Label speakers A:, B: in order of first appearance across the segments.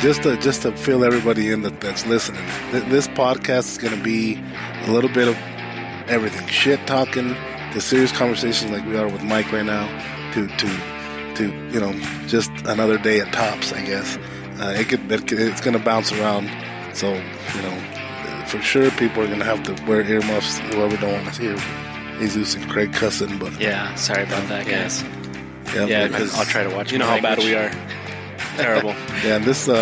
A: just to just to fill everybody in that, that's listening, th- this podcast is going to be a little bit of everything: shit talking, to serious conversations like we are with Mike right now, to to to you know, just another day at Tops, I guess. Uh, it could, it could it's going to bounce around, so you know, uh, for sure people are going to have to wear earmuffs. Whoever don't want to hear Jesus and Craig cussing, but
B: Yeah, sorry about that,
A: Yeah.
B: guys.
A: yeah,
B: Yeah,
A: but-
B: because I'll try to watch.
C: You know
B: my
C: how bad we
B: language.
C: are. Terrible.
A: yeah, and this uh,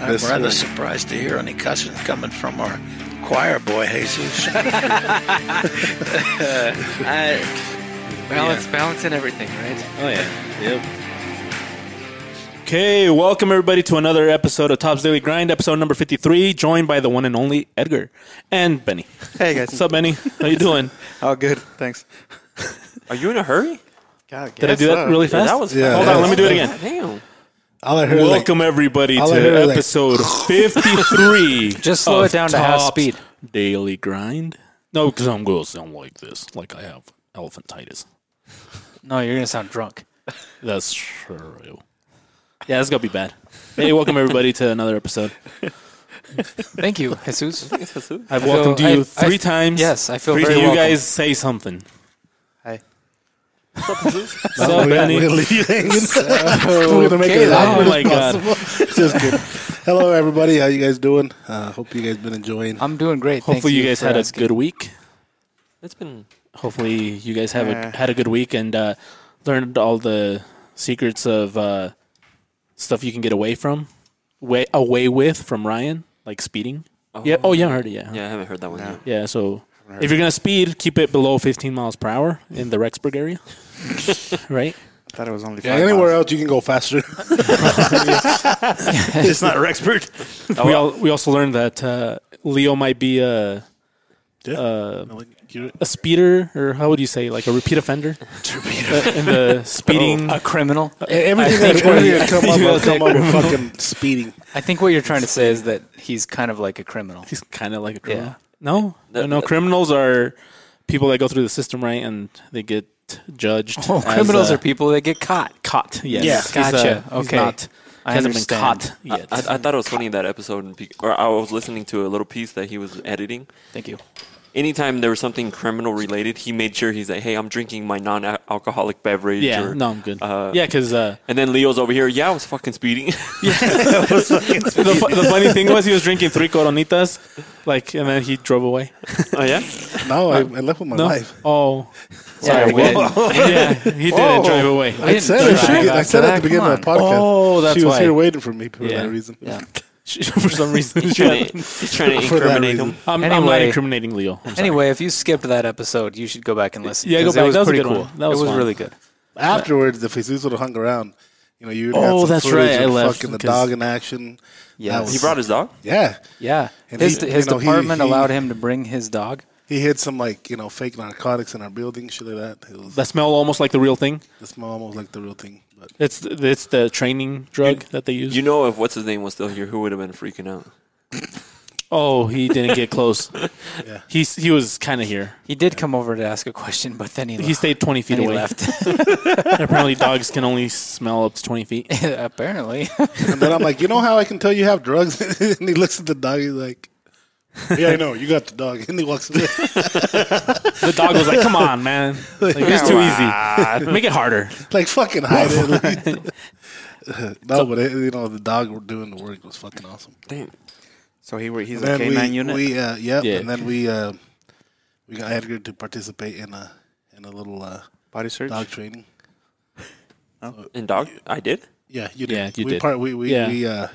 D: I'm
A: this
D: rather
A: will-
D: surprised to hear any cussing coming from our choir boy, Jesus.
B: I,
E: Balance, balancing everything, right?
C: Oh yeah. Yep. Okay, welcome everybody to another episode of Top's Daily Grind, episode number fifty-three. Joined by the one and only Edgar and Benny.
F: Hey guys,
C: What's up, Benny? How you doing?
F: Oh, good. Thanks.
E: Are you in a hurry?
F: God,
C: Did I do that really fast?
E: that was
A: Yeah,
C: Hold
A: that
C: on,
A: was
C: let me do it
A: fast.
C: again.
E: Damn.
A: All I heard like-
C: Welcome everybody
A: All I
C: to
A: heard is like-
C: episode fifty-three.
B: Just slow
C: of
B: it down to half
C: Top's
B: speed.
C: Daily Grind. No, because I'm going to sound like this, like I have elephantitis.
B: no, you're gonna sound drunk.
C: That's true. Yeah, that's gonna be bad. Hey, welcome everybody to another episode.
E: Thank you, Jesus.
C: I've
E: feel-
C: welcomed
E: I-
C: you
E: I-
C: three times.
E: yes, I feel
C: Three-
E: very
C: You
E: welcome.
C: guys say something.
F: Hi.
C: What's up,
A: We're
C: Benny?
A: gonna leave you hanging. We're gonna make
E: Okay,
A: it
E: then.
A: loud.
C: Oh my god!
A: Just kidding. Hello, everybody. How you guys doing? Uh, hope you guys been enjoying.
E: I'm doing great. Thank
C: Hopefully, you guys
E: for
C: had a
E: asking.
C: good week.
E: It's been
C: Hopefully, you guys have
F: Yeah.
C: a, had a good week and uh, learned all the secrets of uh, stuff you can get away from, way away with from Ryan, like speeding. Yeah. Oh, yeah, I heard it. Yeah.
E: Yeah, I haven't heard that one yet.
C: Yeah, so if you're gonna speed, keep it below 15 miles per hour in the Rexburg area, right?
F: I thought it was only
A: Yeah,
F: five
A: anywhere
F: miles.
A: else you can go faster.
D: it's not Rexford.
C: we all we also learned that uh, Leo might be a a speeder, or how would you say, like a repeat offender Uh, in the speeding.
E: A criminal.
A: Oh, e-, everything
C: I think
A: that everything
C: we're-
A: that come
C: I
A: up,
C: think
A: will
C: we'll
A: come up with
C: take-
A: fucking speeding.
E: I think what you're trying to say is that he's kind of like a criminal.
C: He's kind of like a criminal.
E: Yeah.
C: No,
B: The-
C: no, criminals are people that go through the system right, and they get judged.
E: Oh,
C: as,
E: criminals
C: uh,
E: are people that get caught.
C: caught. Yes.
E: Yeah.
C: He's, uh,
E: Gotcha.
C: he's
E: Okay.
C: not-
E: I
C: hasn't
E: understand.
C: been caught yet.
G: I, I thought it was funny that episode, be- or I was listening to a little piece that he was editing.
E: Thank you.
G: Anytime there was something criminal related, he made sure he's like, "Hey, I'm drinking my non-alcoholic beverage."
C: yeah.
G: or-
C: No, I'm good.
G: uh,
C: yeah, because. Uh,
G: And then Leo's over here. Yeah, I was fucking speeding.
C: the, fu- the funny thing was he was drinking three coronitas, like, and then he drove away.
G: oh yeah.
A: No, I, I left with my
C: No.
A: wife.
C: Oh,
E: Sorry, we didn't-
C: yeah, he didn't drive away.
E: we
A: I
E: didn't
A: said,
E: do
A: it,
E: that.
A: she- I said it at the beginning of the
E: Come on.
A: podcast.
C: Oh, that's
A: she was
C: why.
A: here waiting for me for
C: Yeah.
A: that reason.
E: Yeah.
C: For some reason,
G: He's
C: she
G: trying,
C: had-
G: to, he's trying to
A: For that
G: incriminate
A: reason.
G: him.
C: I'm, I'm not
E: Anyway.
C: incriminating Leo. I'm sorry.
E: Anyway, if you skipped that episode, you should go back and listen.
C: Yeah, go
E: 'cause
C: back.
E: It was
C: That was a
E: pretty
C: good
E: cool.
C: one. That was
E: it was
C: fun.
E: really good.
A: Afterwards, if Jesus would have hung around, you know, you would have
C: Oh,
A: had some
C: that's
A: footage
C: right,
A: of
C: I left
A: fucking the
C: because-
A: dog in action.
E: Yes.
A: was-
G: He brought his dog.
A: Yeah,
E: Yeah,
A: And
E: his
A: he-
E: his
A: you know, he-
E: department
A: he-
E: allowed him to bring his dog.
A: he hid some like you know fake narcotics in our building, shit like that. It was
C: that smell almost like the real thing.
A: the smell almost like the real thing. But
C: It's it's the training drug that they use.
G: You know, if what's his name was still here, who would have been freaking out?
C: oh, he didn't get close.
A: Yeah.
C: He's he was kind of here.
E: He did come over to ask a question, but then he
C: He
E: left.
C: stayed 20 feet
E: And he
C: away.
E: left.
C: Apparently, dogs can only smell up to 20 feet.
E: Apparently,
A: And then I'm like, you know how I can tell you have drugs? and he looks at the dog. He's like, Yeah, I know. You got the dog. And he walks away.
C: The dog was like, "Come on, man! Like, it's too easy. Make it harder."
A: like fucking hide it. no, but it, you know the dog were doing the work was fucking awesome.
G: Damn.
F: So he were, he's
A: And
F: a canine
A: we,
F: unit.
A: We uh, yep,
C: Yeah.
A: and then we uh, we got Edgar to participate in a in a little uh,
F: Body search.
A: dog training.
G: And dog, I did.
A: Yeah, you did.
C: Yeah, you
A: we
C: did.
A: Part, we we
C: Yeah.
A: we. Uh,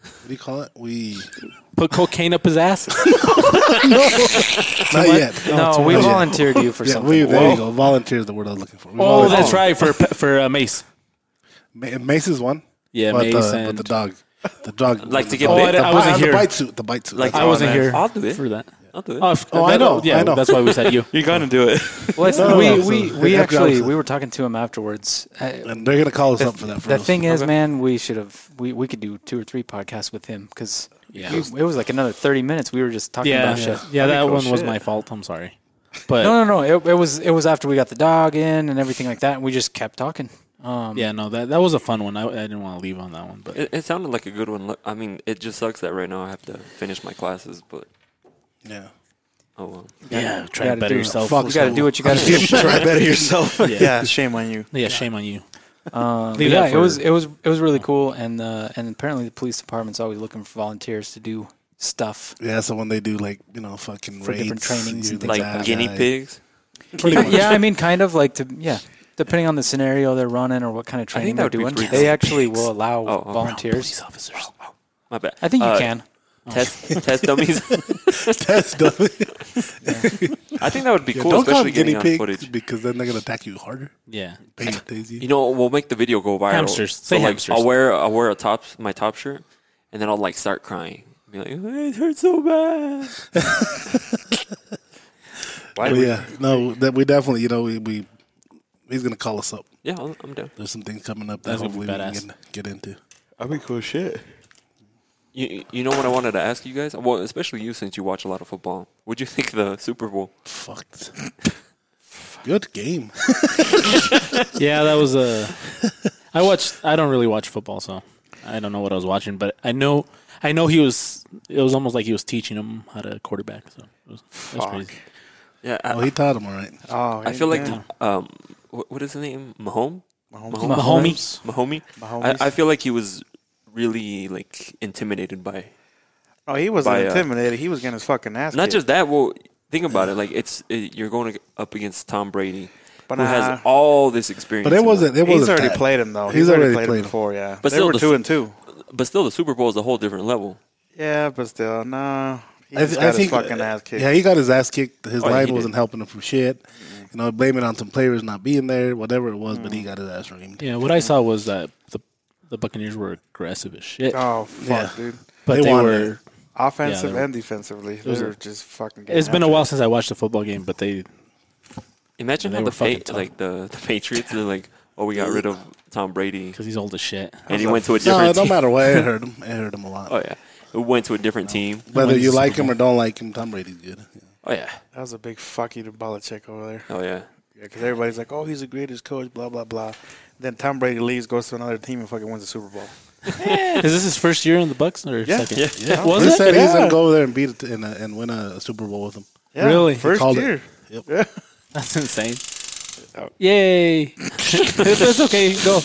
A: what do you call it? We
C: Put cocaine up his ass.
A: not yet.
E: no, we
A: yeah.
E: volunteered you for
A: Yeah,
E: something.
A: we, there
E: Whoa.
A: you go. Volunteer is the word I was looking for. We
C: Oh,
A: volunteered.
C: that's right for pe- for uh, Mace.
A: Ma- Mace is one.
C: Yeah,
A: but,
C: Mace
A: the,
C: and-
A: but the dog, the dog.
G: Like to get
A: the,
G: bit?
A: the,
C: Oh, I- I wasn't
A: the
C: here.
A: bite suit. The bite suit.
G: Like
A: That's
C: I wasn't
G: man.
C: here
G: I'll do it.
C: for that.
G: I'll do it.
C: Oh, if-
A: Oh, I know,
C: Yeah,
A: I know.
C: that's why we said you.
F: You're gonna do it.
E: Well, it's-
A: No,
E: we
A: no,
E: we,
A: so
E: we
A: they have
E: actually
A: drugs.
E: we were talking to him afterwards. I,
A: And they're gonna call us up for that. For
E: the
A: us.
E: thing is, man, we should have we, we could do two or three podcasts with him because
C: Yeah.
E: it was like another thirty minutes. We were just talking
C: Yeah,
E: about shit.
C: yeah, yeah, that
F: That'd be cool
C: one was
F: shit.
C: my fault. I'm sorry, but
E: No, no, no. It, it was it was after we got the dog in and everything like that, and we just kept talking.
B: Um,
C: Yeah, no, that that was a fun one. I, I didn't want to leave on that one, but
G: It, it sounded like a good one. Look, I mean, it just sucks that right now I have to finish my classes, but
A: Yeah.
G: oh well.
E: You
C: yeah, try to
E: gotta
C: better
E: do-
C: yourself.
E: Fuck, you got to do what you got to do.
F: Try better yourself.
C: Yeah.
F: yeah. shame on you.
C: Yeah, shame on you.
E: Um, but
C: Leave
E: yeah,
C: that
E: it was
C: for-
E: it was it was really cool, and uh, and apparently the police department's always looking for volunteers to do stuff.
A: Yeah, so when they do like you know fucking
E: For different
A: raids,
E: trainings and
A: you're
E: things
G: Like
A: that
G: guinea
A: guy.
G: pigs.
E: yeah, I mean, kind of like to yeah, depending on the scenario they're running or what kind of training
G: think that
E: they're
G: would be
E: doing,
G: pretty
E: they
G: cool.
E: actually will allow
G: Oh, okay.
E: volunteers.
C: officers.
G: My bad.
E: I think you
G: Uh,
E: can.
G: Test test dummies.
A: That's dumb.
G: I think that would be
A: Yeah,
G: cool,
A: don't call them
G: especially getting
A: guinea
G: on
A: pigs
G: footage.
A: because then they're gonna attack you harder.
C: Yeah,
A: Bang, daisy.
G: You know, we'll make the video go viral.
C: Hamsters. Say
G: like,
C: hamsters.
G: I'll wear I'll wear a top my top shirt, and then I'll like start crying. Be like, "Oh, it hurts so bad. Why?
A: But
G: would-
A: Oh, yeah, no, that we definitely, you know, we, we he's gonna call us up.
G: Yeah, I'm, I'm down.
A: There's some things coming up that
C: That's gonna be
A: hopefully we can
C: badass.
A: get, get into.
F: That'd be cool shit.
G: You you know what I wanted to ask you guys? Well, especially you since you watch a lot of football. What'd you think of the Super Bowl?
A: Fucked. Good game.
C: yeah, that was a. I watched. I don't really watch football, so I don't know what I was watching, but I know. I know he was. It was almost like he was teaching him how to quarterback. So it was, it was
F: Fuck.
C: crazy.
G: Yeah, I,
A: Oh, he taught him all right.
F: Oh,
G: I feel like the, um, what, what is his name? Mahomes.
F: Mahomes.
C: Mahomes.
E: Mahomes.
G: Mahomie. I,
F: Mahomes.
G: I feel like he was really like intimidated by.
F: oh, he wasn't
G: by, uh,
F: intimidated. he was getting his fucking ass.
G: Not
F: kicked.
G: just that. Well, think about it. Like it's it, you're going up against Tom Brady,
F: But
G: who
F: nah.
G: has all this experience.
A: But it
G: and
A: wasn't. It
F: He's
A: wasn't.
F: Oh, already
A: that.
F: played him though.
A: He's already
F: played,
A: played
F: him
A: him.
F: before. Oh, Yeah,
G: But
F: they
G: still
F: were
G: the-
F: two and two.
G: But still, the Super Bowl is a whole different level.
F: Yeah, but still, no. He
A: I,
F: just
A: th-
F: got
A: I think. uh,
F: his fucking ass kicked.
A: Yeah, he got his ass kicked. His
G: Oh, yeah,
A: line
G: he
A: wasn't
G: did.
A: helping him for shit. You know, blaming on some players not being there, whatever it was. But he got his ass reamed.
C: Yeah, what I saw was that the the Buccaneers were aggressive as shit,
F: oh fuck,
A: Yeah.
F: dude.
C: but
A: they
C: they,
A: wanted
C: were.
F: Offensive
C: Yeah, they-
F: and defensively,
C: was
F: those are just fucking.
C: It's
F: getting
C: been a
F: after
C: while since I watched a football game, but they
G: Imagine
C: They
G: how
C: were
G: the
C: fucking
G: pa-
C: tough.
G: like the, the Patriots are like, oh, we got rid of Tom Brady,
C: because he's old as shit.
G: and he went to
A: No,
G: a different
A: it don't
G: team.
A: matter what. It hurt him. It hurt him a lot.
G: Oh yeah, it went to a different team.
A: Whether
C: Wins
A: you
C: the
A: like
C: Super
A: him or don't like him, Tom Brady's good.
G: Oh yeah,
F: it. That was a big fuck you to Belichick over there.
G: oh yeah.
F: Yeah, because everybody's like, oh, he's the greatest coach, blah blah blah. Then Tom Brady leaves, goes to another team, and fucking wins the Super Bowl.
C: Is this his first year in the Bucks or
F: Yeah.
C: second?
F: Yeah.
C: Was
A: He
C: it?
A: said he's
F: Yeah.
A: gonna go over there and beat it and, uh, and win a Super Bowl with him.
F: Yeah,
C: Really? He
F: First
A: called it.
F: year.
C: That's insane.
F: Oh.
C: Yay! it's, it's okay. Go.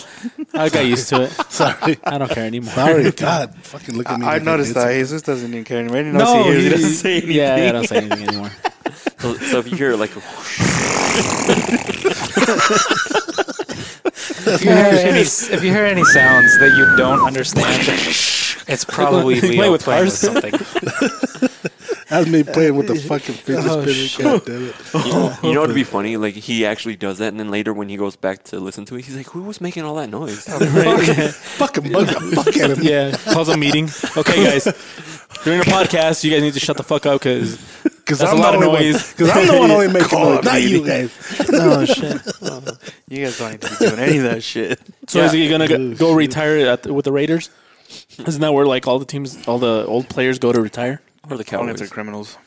C: I got used to it.
A: Sorry.
C: I don't care anymore.
A: Sorry, God, fucking look at me.
F: I, I
A: like
F: noticed
A: did
F: that
A: something.
F: Jesus doesn't even care anymore. He knows he hears, he doesn't say anything.
C: Yeah, I don't say anything anymore.
G: So, so if you hear like, a whoosh,
E: If you hear any if you hear any sounds that you don't understand, it's probably
C: They play
E: Leo
C: with
E: playing with
C: cars.
E: something.
A: That's me playing with the fucking fidget spinner. God damn it.
G: you know, you know what'd be funny? Like he actually does that, and then later when he goes back to listen to it, he's like, who was making all that noise?
A: fucking bug the fuck out of me.
C: Yeah, calls a meeting. Okay, guys, during the podcast, you guys need to shut the fuck up because
A: Because
C: That's a lot of noise.
A: Because I'm the one only making noise, not you guys.
C: no shit.
F: You guys don't need to be doing any of that shit.
C: So is he gonna go, go retire at the, with the Raiders? Isn't that where like all the teams, all the old players go to retire?
G: or the
F: Only if they're
G: Cowboys?
F: criminals.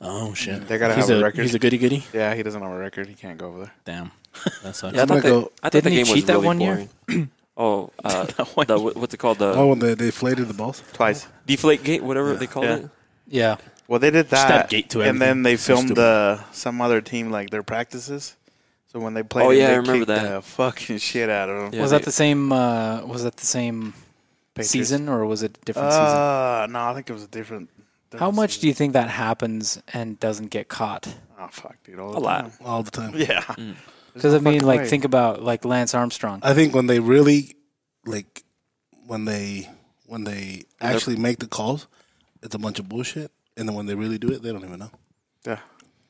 C: Oh shit!
F: They gotta
C: he's
F: have a
C: a
F: record.
C: He's a goody goody.
F: Yeah, he doesn't have a record. He can't go over there.
C: Damn, that sucks.
G: Yeah, I
A: I'm
G: thought,
A: gonna
G: they,
A: go-
G: I thought the
E: Didn't he
G: game was
E: cheat that
G: really
E: one year?
G: boring. Oh, uh, the, what- what's it called? The
A: Oh, when they, they inflated the balls.
F: Twice.
G: deflate gate, whatever they call
F: Yeah.
G: it.
C: Yeah,
F: Well, they did that.
C: that gate to everything.
F: and then they
C: So
F: filmed
C: stupid.
F: the some other team like their practices. So when they played,
G: Oh,
F: it,
G: yeah, I
F: they
G: remember
F: kicked
G: that.
F: The fucking shit out of them.
G: Yeah,
E: was
G: they-
E: that the same? Uh, was that the same
F: Patriots.
E: season or was it a different season?
F: Uh, no, I think it was a different.
E: How much do you think that happens and doesn't get caught?
F: Oh fuck, dude, all
G: A
F: the
G: lot.
F: time.
A: All the time.
F: Yeah.
G: Mm.
E: Because I mean,
F: fucking
E: like,
F: way.
E: think about like Lance
G: Uh,
E: Armstrong.
A: I think when they really, like, when they when they actually make the calls, it's a bunch of bullshit. And then when they really do it, they don't even know.
F: Yeah.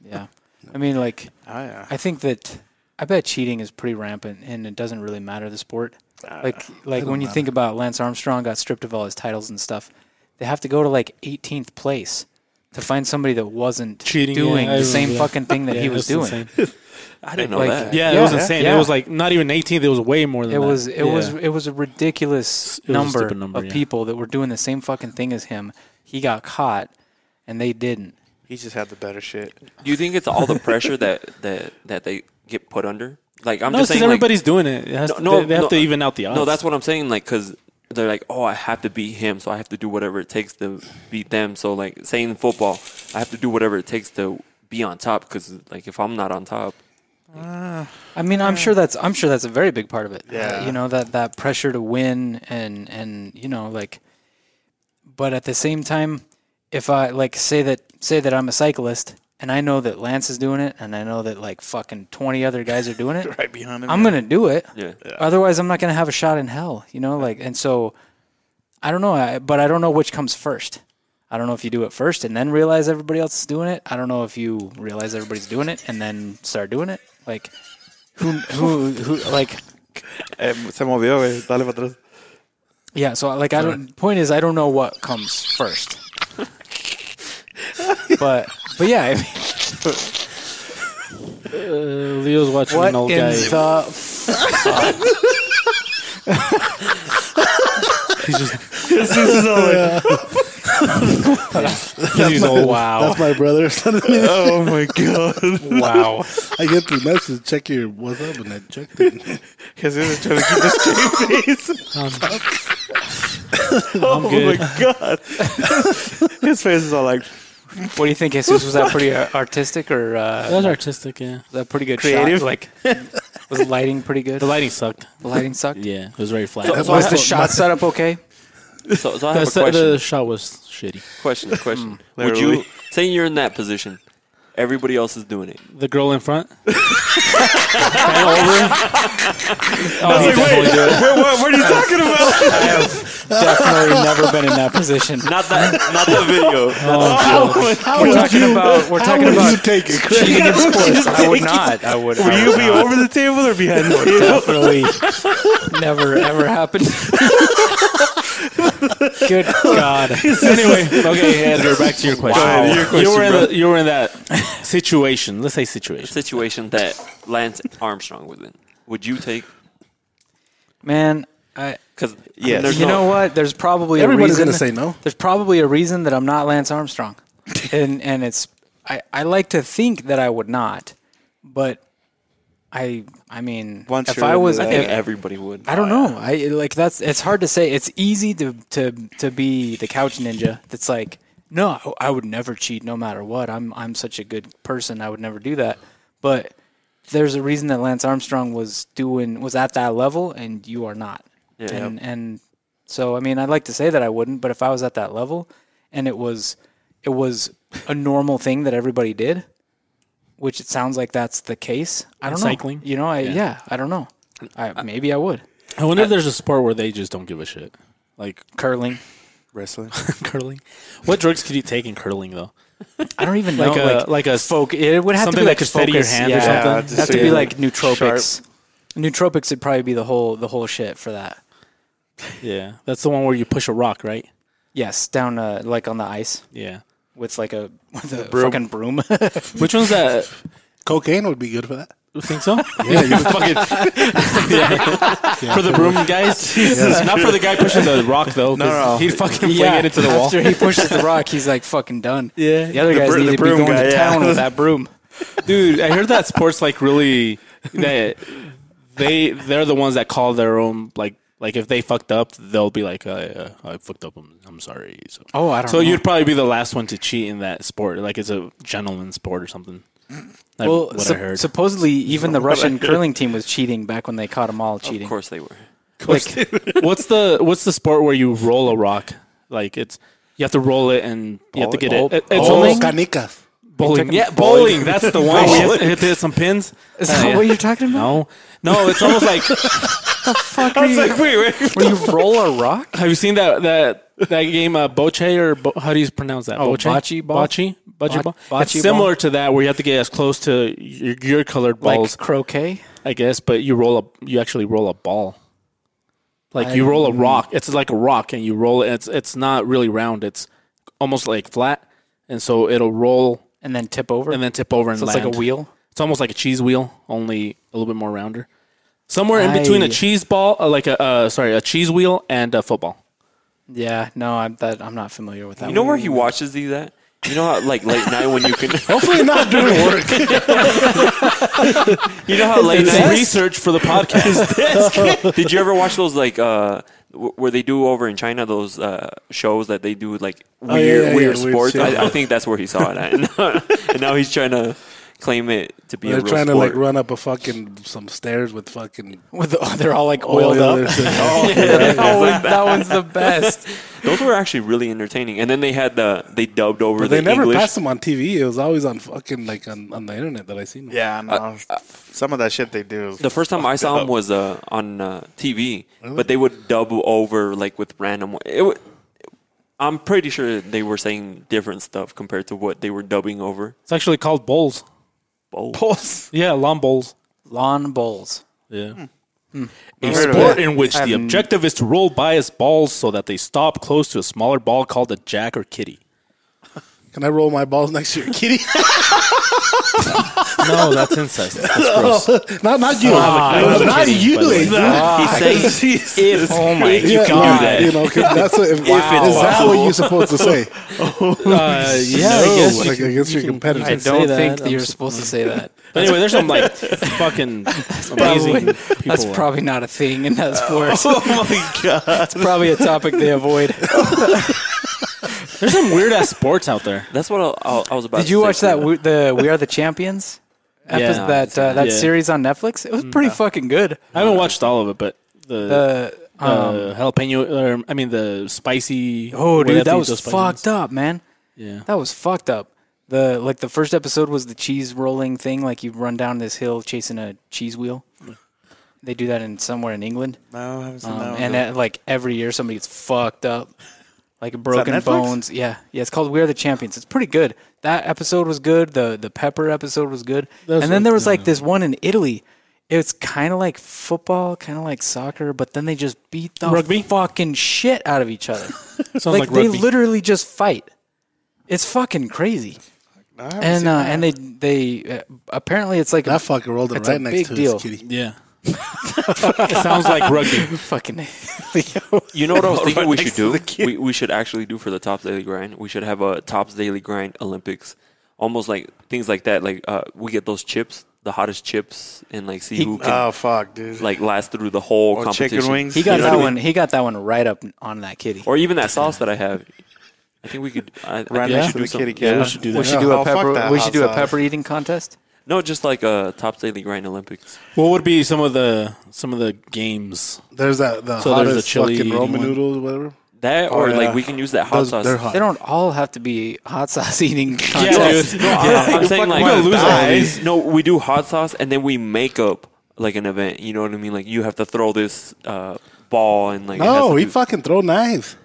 E: Yeah, I mean, like,
F: Oh yeah.
E: I think that I bet cheating is pretty rampant, and it doesn't really matter the sport.
C: Uh,
E: Like, like when you think about Lance Armstrong got stripped of all his titles and stuff, they have to go to like 18th place to find somebody that wasn't
C: Cheating, yeah,
E: doing
C: I
E: the same
C: remember that.
E: fucking thing that
C: Yeah,
E: he
C: it
E: was doing.
C: insane.
G: I didn't know
E: like,
G: that.
C: Yeah,
E: Yeah,
C: it was insane.
E: yeah.
C: It was like not even 18th. It was way more than
E: It
C: that.
E: was it
C: Yeah.
E: was it was a ridiculous
C: It was a
E: number,
C: stupid number,
E: of
C: yeah.
E: people that were doing the same fucking thing as him. He got caught, and they didn't.
F: he just had the better shit.
G: Do you think it's all the pressure that that that they get put under? Like I'm
C: no,
G: just
C: because
G: saying, like,
C: everybody's doing it. it has
G: No,
C: to,
G: no,
C: they, they have
G: no,
C: to even out the odds.
G: No, that's what I'm saying. Like, because they're like, oh, I have to beat him, so I have to do whatever it takes to beat them. So, like, saying in football, I have to do whatever it takes to be on top. Because, like, if I'm not on top,
F: Ah,
E: I mean, I'm sure that's I'm sure that's a very big part of it.
F: Yeah.
E: you know that that pressure to win and and you know like, but at the same time, if I like say that say that I'm a cyclist and I know that Lance is doing it and I know that like fucking twenty other guys are doing it,
F: right behind him.
E: I'm gonna do it.
G: yeah,
E: Otherwise, I'm not gonna have a shot in hell. You know, like and so, I don't know, I, but I don't know which comes first. I don't know if you do it first and then realize everybody else is doing it. I don't know if you realize everybody's doing it and then start doing it. Like, who, who, who, like,
F: Eh, se movió, güey. Dale para atrás.
E: yeah. So, like, I don't. Point is, I don't know what comes first. but, but yeah, I mean,
C: Uh, Leo's watching
E: what
C: an old
E: in
C: guy.
E: the f-
C: He's just
A: That's
C: "Oh,
A: my, wow. That's my brother.
F: Oh my god.
E: wow?
A: I get the message, check your what's up, and I checked it.
F: Jesus is trying to keep a straight face.
C: I'm
F: Oh my
C: good.
F: god. His face is all like
E: What do you think, Jesus? Was that pretty uh, artistic or uh,
C: That was artistic. Yeah,
E: was that pretty good?
F: Creative?
E: Shot? Like, was the lighting pretty good?
C: the lighting sucked.
E: The lighting sucked.
C: Yeah, it was very flat.
G: So- so I
E: Was the
G: have-
E: shot set up okay?
G: So, so I
C: The
G: have a
C: se-
G: question.
C: the shot was shitty.
G: Question. Question. Would
F: Mm, Literally.
G: you say you're in that position? Everybody else is doing it.
C: The girl in front. Ran over. Oh, you definitely do it.
F: What are you talking about?
E: I have definitely never been in that position.
G: Not that. not that video.
F: Oh,
E: We're talking about we're talking
A: How
E: about
A: you take it, Chris?
E: cheating in sports. I would not. I would.
F: Will you be over the table or behind the table?
E: Definitely never ever happened. Good God.
C: anyway, okay, Andrew, back to your question.
F: Go ahead, your
C: you were
F: question,
C: in
F: bro.
C: the, you were in that situation. Let's say situation.
G: Situation that Lance Armstrong was in. Would you take?
E: Man, I,
G: Because
F: Yes.
G: there's
E: you
G: no,
E: know what? There's probably
A: Everybody's
E: a reason.
A: gonna say no.
E: There's probably a reason that I'm not Lance Armstrong, and and it's I, I like to think that I would not, but I I mean
F: Once
E: if
F: you're
E: I
F: in
E: was
F: the-
G: I think
E: if-
G: everybody would.
E: I don't know. I like that's it's hard to say. It's easy to to to be the couch ninja. That's like no, I would never cheat, no matter what. I'm I'm such a good person. I would never do that. But there's a reason that Lance Armstrong was doing was at that level, and you are not. and and so I mean, I'd like to say that I wouldn't, but if I was at that level, and it was it was a normal thing that everybody did, which it sounds like that's the case. I don't know.
C: cycling?
E: You know, I yeah, I don't know. I, maybe I would.
C: I wonder if there's a sport where they just don't give a shit, like
E: curling.
F: Wrestling.
C: curling. What drugs could you take in curling though?
E: I don't even
C: Like
E: know.
C: a
E: like,
C: like a
E: folk, it would have to
C: something
E: be
C: that
E: like
C: could steady your
E: focus,
C: hand or
E: yeah.
C: something.
F: Yeah,
E: It'd
F: just
E: have
F: so
E: to be
F: you're
E: like nootropics.
F: sharp.
E: Nootropics would probably be the whole the whole shit for that.
C: yeah. That's the one where you push a rock, right?
E: Yes, down uh, like on the ice
C: Yeah.
E: with like a with a
F: broom.
E: fucking broom.
C: Which one's that?
A: Cocaine would be good for that.
C: You think so? yeah, you fucking for the broom guys. Not for the guy pushing the rock though. No,
F: no.
C: He'd fucking fling it into the wall.
E: After he pushes the rock, he's like fucking done.
C: Yeah.
E: The other
F: The
E: guys
F: bro- the
E: need to be
F: broom
E: going
F: guy,
E: to
F: yeah.
E: town with that broom.
C: Dude, I heard that sports like really that they they're the ones that call their own like like if they fucked up, they'll be like, uh, I fucked up. I'm, I'm sorry. So,
E: Oh, I don't
C: so
E: know.
C: you'd probably be the last one to cheat in that sport. Like it's a gentleman sport or something. Like
E: well,
C: what
E: sup-
C: I heard.
E: supposedly even the Russian curling team was cheating back when they caught them all cheating.
G: Of course they were.
E: Like,
C: what's the what's the sport where you roll a rock? Like it's you have to roll it and you have to get it.
E: Bowling?
C: it- It's
A: Oh,
C: almost
A: canicas.
C: bowling. Yeah, bowling. That's the one. We have to hit, hit some pins.
E: is
C: Uh,
E: that
C: yeah.
E: what you're talking about?
C: No, no. It's almost like
E: Fuck are you, Will you roll a rock?
C: Have you seen that that that game uh, boche or bo- how do you pronounce that?
E: Oh,
C: boche?
E: bocce ball?
C: Bocce, bocce
E: Boc-
C: ball.
E: bocce
C: it's similar to that where you have to get as close to your, your colored balls,
E: Like croquet?
C: I guess. But you roll a you actually roll a ball. Like you roll a rock. It's like a rock, and you roll it. and It's it's not really round. It's almost like flat, and so it'll roll
E: And then tip over?
C: and then tip over and
E: so it's like a
C: land.
E: wheel?
C: It's almost like a cheese wheel, only a little bit more rounder. Somewhere in between
E: I-
C: a cheese ball, uh, like a uh, sorry, a cheese wheel and a football.
E: Yeah, no, I'm that I'm not familiar with that.
G: You know
E: one.
G: where he watches these at? You know how like late night when you can.
A: Hopefully not doing work.
G: You know how late
C: It's
G: night.
C: research for the podcast.
G: Did you ever watch those like uh wh- where they do over in China those uh shows that they do like weird
A: Oh, yeah, yeah, yeah,
G: weird
A: weird
G: sports?
A: shit.
G: I, I think that's where he saw it at, and now he's trying to claim it to be
A: They're
G: a real
A: trying to
G: sport.
A: like run up a fucking some stairs with fucking
E: With the, they're all like
A: oil.
E: oiled up. that, one, that one's the best.
G: Those were actually really entertaining, and then they had the they dubbed over
A: But
G: the
A: they never
G: English.
A: passed them on TV. It was always on fucking like on, on the internet that I seen. Them.
F: Yeah,
E: Uh,
F: no. some of that shit they do.
G: the first time I saw him was uh, on uh, TV, but they would dub over like with random. It would, I'm pretty sure they were saying different stuff compared to what they were dubbing over.
C: it's actually called bowls.
G: Oh.
C: Yeah, lawn bowls.
E: Lawn bowls.
C: Yeah.
F: I've
C: A
F: heard of
C: sport
F: it.
C: in which
E: Hmm. I've
C: the
E: n-
C: objective is to roll bias balls so that they stop close to a smaller ball called a jack or kitty.
A: Can I roll my balls next to your kitty?
C: No, that's incest. That's gross.
A: not not you.
C: I don't have a
A: not
C: kitty,
A: you.
C: by the way. Ah. Oh
A: Angel.
G: He says if, if you
A: Yeah,
G: can
A: yeah,
G: do that.
A: You know, 'cause that's what, if, is that what you're supposed to say?
C: Uh, yeah, I guess.
A: like against your competitors.
E: I
C: say
E: don't
C: that.
E: think that
C: I'm
E: you're
C: s-
E: supposed to say that.
C: But anyway, there's some like fucking amazing
E: probably-
C: people.
E: That's
C: out
E: probably not a thing in that sport. Oh my god! it's probably a topic they avoid.
C: There's some weird ass sports out there.
G: That's what I, I, I was about.
E: Did
G: to
E: you
G: say
E: watch
G: too.
E: that we, the We Are the Champions? episode
C: Yeah.
E: that uh, that Mm.
C: Yeah.
E: series on Netflix. It was pretty fucking good.
C: I haven't watched all of it, but the,
E: The
C: uh,
E: um,
C: jalapeno, or, I mean the spicy.
E: oh
C: whatever
E: dude, that
C: these-
E: was
C: those spicy
E: fucked
C: ones.
E: up, man.
C: Yeah.
E: That was fucked up. The like the first episode was the cheese rolling thing, like you run down this hill chasing a cheese wheel. They do that in somewhere in England,
F: no, I haven't seen
E: um,
F: that one.
E: and that, like every year somebody gets fucked up, like broken
F: Netflix?
E: bones. Yeah, yeah. It's called We Are the Champions. It's pretty good. That episode was good. the The pepper episode was good.
A: Those
E: and then
A: are-
E: there was like this one in Italy. It's kind of like football, kind of like soccer, but then they just beat the
C: Rugby?
E: fucking shit out of each other
C: Sounds like,
E: like, they
C: rugby.
E: literally just fight. It's fucking crazy.
F: No, I haven't
E: And
F: seen
E: uh,
F: that.
E: and they they uh, apparently it's like
A: that fucker rolled it
E: It's a
A: right next
E: big
A: to
E: deal.
A: his kitty.
C: yeah. sounds like rugby.
E: a fucking
G: You know what I was thinking? We should do.
F: the kid.
G: We, we should actually do for the Tops Daily Grind. We should have a Tops Daily Grind Olympics, almost like things like that. Like uh, we get those chips, the hottest chips, and like see who can
F: oh fuck, dude.
G: like last through the whole
F: or
G: competition.
F: chicken wings.
E: he got
F: You know
E: that
F: what I
E: one he got that one right up on that kitty.
G: or even that sauce that I have. I think we could. I, I think
F: mean? Right
G: we
F: next
G: should
F: to
G: do
F: the
G: something.
F: kitty cat.
C: we should do
E: We
C: that.
E: should do
F: Oh,
E: a
F: fuck
E: pepper.
F: that
E: We should do a
F: hot sauce.
E: pepper eating contest.
G: No, just like a Tops Daily Grind Olympics.
C: What would be some of the some of the games?
A: There's that the
C: So there's
A: hottest
C: the chili
A: fucking Roman
C: one.
A: noodles, whatever.
G: That or
F: Oh, yeah.
G: like we can use that hot
A: Those,
G: sauce.
A: they're hot.
E: They don't all have to be hot sauce eating
C: Yeah,
E: contests.
C: dude.
G: I'm, I'm saying like
C: gonna lose all
G: guys,
C: these.
G: No, we do hot sauce and then we make up like an event. You know what I mean? Like you have to throw this uh, ball and like. it has
A: no,
G: to
A: he
G: do-
A: fucking throw knives.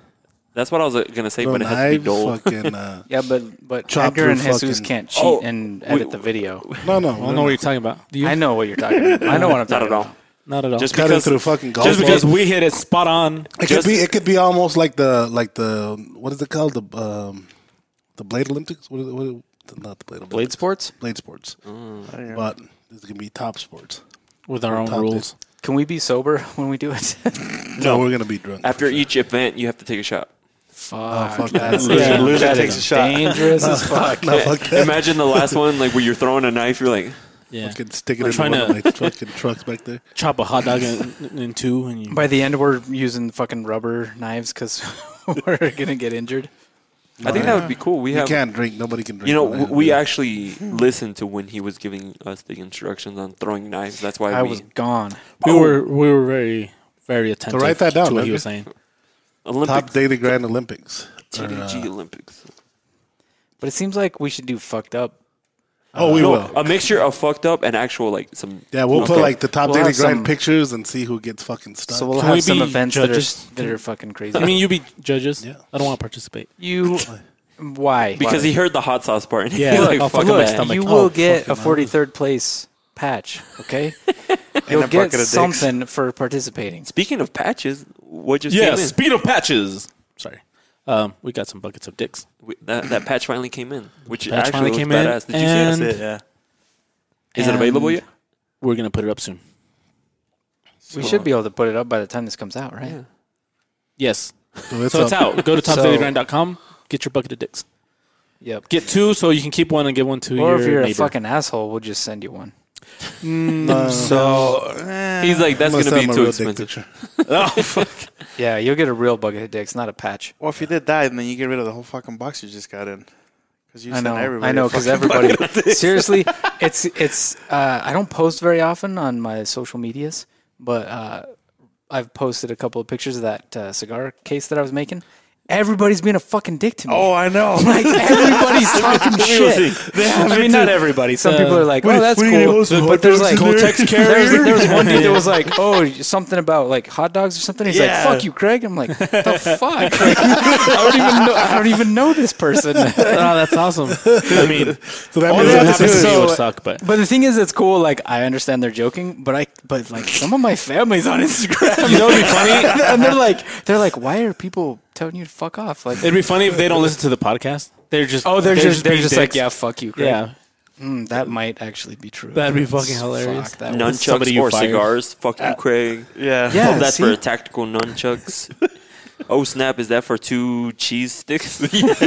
G: That's what I was uh, gonna say,
A: Throw
G: but it has to be
A: knives,
G: dull.
A: fucking. Uh,
E: Yeah, but but
A: Chop
E: Edgar
A: through
E: and Jesus
A: fucking-
E: can't cheat
G: Oh,
E: and
G: we-
E: edit the video.
A: no, no,
C: I don't know what you're talking about. Do you?
E: I know what you're talking. about. I know what I'm
G: Not
E: talking
G: at all.
E: about.
C: Not at all.
G: Just
A: Cutting
G: because
A: through fucking golf
C: Just
A: balls.
C: because we hit it spot on.
A: It
G: Just-
A: could be. It could be almost like the like the what is it called the um, the Blade Olympics? What? Is it, what is it, not the Blade Olympics.
E: Blade sports?
A: Blade sports.
F: yeah.
A: But it's gonna be top sports.
C: With our own
A: Top
C: rules.
E: Can we be sober when we do it?
A: No, we're gonna be drunk
G: after each event, you have to take a shot.
E: Oh, Fuck,
A: fuck that.
E: that's
A: Loser-
E: yeah,
F: loser
E: that
F: takes
E: is
F: a shot.
E: Dangerous as fuck.
A: No, Oh, fuck that.
G: Imagine the last one, like where you're throwing a knife. You're like,
C: Yeah.
A: Fucking stick it
C: We're
A: in
C: trying
A: one of
C: to-
A: my fucking trucks back there.
C: Chop a hot dog in, in two and you.
E: By the end, we're using fucking rubber knives because we're gonna get injured.
G: I think that would be cool. We
A: You
G: have.
A: can't drink. Nobody can drink.
G: You know,
A: what I
G: w-
A: have
G: we
A: there.
G: actually listened to when he was giving us the instructions on throwing knives. That's why
E: I
G: we Oh,
E: was gone.
C: we were we were very very attentive
A: write that down,
C: to what he
A: okay?
C: was saying.
A: top
G: Olympics,
A: daily grand Olympics. Or,
G: TDG
A: uh,
G: Olympics.
E: But it seems like we should do fucked up.
A: oh, we
G: No,
A: will.
G: a mixture of fucked up and actual like some.
A: Yeah, we'll
G: Okay.
A: put like the top
E: We'll
A: daily
E: have
A: grind
E: some-
A: pictures and see who gets fucking stuck.
E: So we'll
C: Can we
E: have some
C: be
E: events
C: judges?
E: that are that are fucking crazy.
C: I mean, you be judges.
A: Yeah.
C: I don't want to participate.
E: you why?
G: because he heard the hot sauce part. And
C: Yeah,
G: he's like,
C: I'll
G: fuck
C: fuck my
G: that.
C: stomach.
E: you
C: Oh,
E: will get a
A: fucking hell.
E: forty third place patch. Okay, you'll
F: a bucket
E: get
F: of dicks.
E: something for participating.
G: Speaking of patches, what just
C: Yeah,
G: came in?
C: speed of patches. Sorry, um, we got some buckets of dicks.
G: We- that, that patch finally came in, which
C: patch
G: actually
C: finally
G: was
C: came in,
G: badass. Did you
C: and-
G: see
F: That's it,
G: it?
F: yeah.
G: Is it available
E: and
G: yet?
C: We're gonna put it up soon.
E: We should be able to put it up by the time this comes out, right?
C: Yes,
A: So it's,
C: so it's
A: up.
C: out. Go to
E: So-
C: topdailygrand.com. Get your bucket of dicks.
E: Yep.
C: Get two so you can keep one and give one to
E: or
C: your
E: if you're
C: neighbor.
E: a fucking asshole, we'll just send you one.
G: So he's like, that's
A: Must
G: gonna be
A: have my
G: too
A: real dick
G: expensive.
A: picture.
E: Yeah, you'll get a real bucket of dicks, not a patch.
F: Well, if you did die, then you get rid of the whole fucking box you just got in. Because you
E: I
F: sent
E: know.
F: everybody.
E: I know
F: a
E: because
F: fucking
E: everybody.
F: bucket.
E: seriously, it's it's. Uh, I don't post very often on my social medias, but uh, I've posted a couple of pictures of that uh, cigar case that I was making. Everybody's being a fucking dick to me.
F: Oh, I know.
E: Like everybody's talking shit. I mean, not everybody. Some
C: Uh,
E: people are like,
F: what-
E: "Oh, that's
F: what are you gonna
E: cool,"
F: go, some hot
E: but there's
F: dogs
E: like
F: in there? Text
E: there was, there was one dude that was like, "Oh, something about like hot dogs or something." He's
F: Yeah.
E: like, "Fuck you, Craig." I'm like, "The fuck?" I don't even know. I don't even know this person.
C: oh, that's awesome. I mean,
A: So that
F: All
A: means
F: they
A: it happens
F: have to do
A: to
F: is-
A: you.
C: it would
E: So-
C: suck, but
E: But the thing is, it's cool. Like I understand they're joking, but I but like some of my family's on Instagram. You know, what'd be funny, and they're like, they're like, why are people telling you to fuck off? Like,
C: it'd be funny if they don't listen to the podcast. They're just
E: oh, they're, just they're
C: being
E: just like,
C: dicks.
E: yeah, fuck you, Craig.
C: yeah.
E: Mm, that might actually be true.
C: That'd be fucking hilarious.
E: Fuck, that would-
C: somebody
G: Nunchucks
C: you
G: or
C: fired.
G: cigars? Fuck you, Craig.
F: Yeah.
E: Yeah,
G: oh, that's
E: see?
G: for tactical nunchucks. oh snap! Is that for two cheese sticks?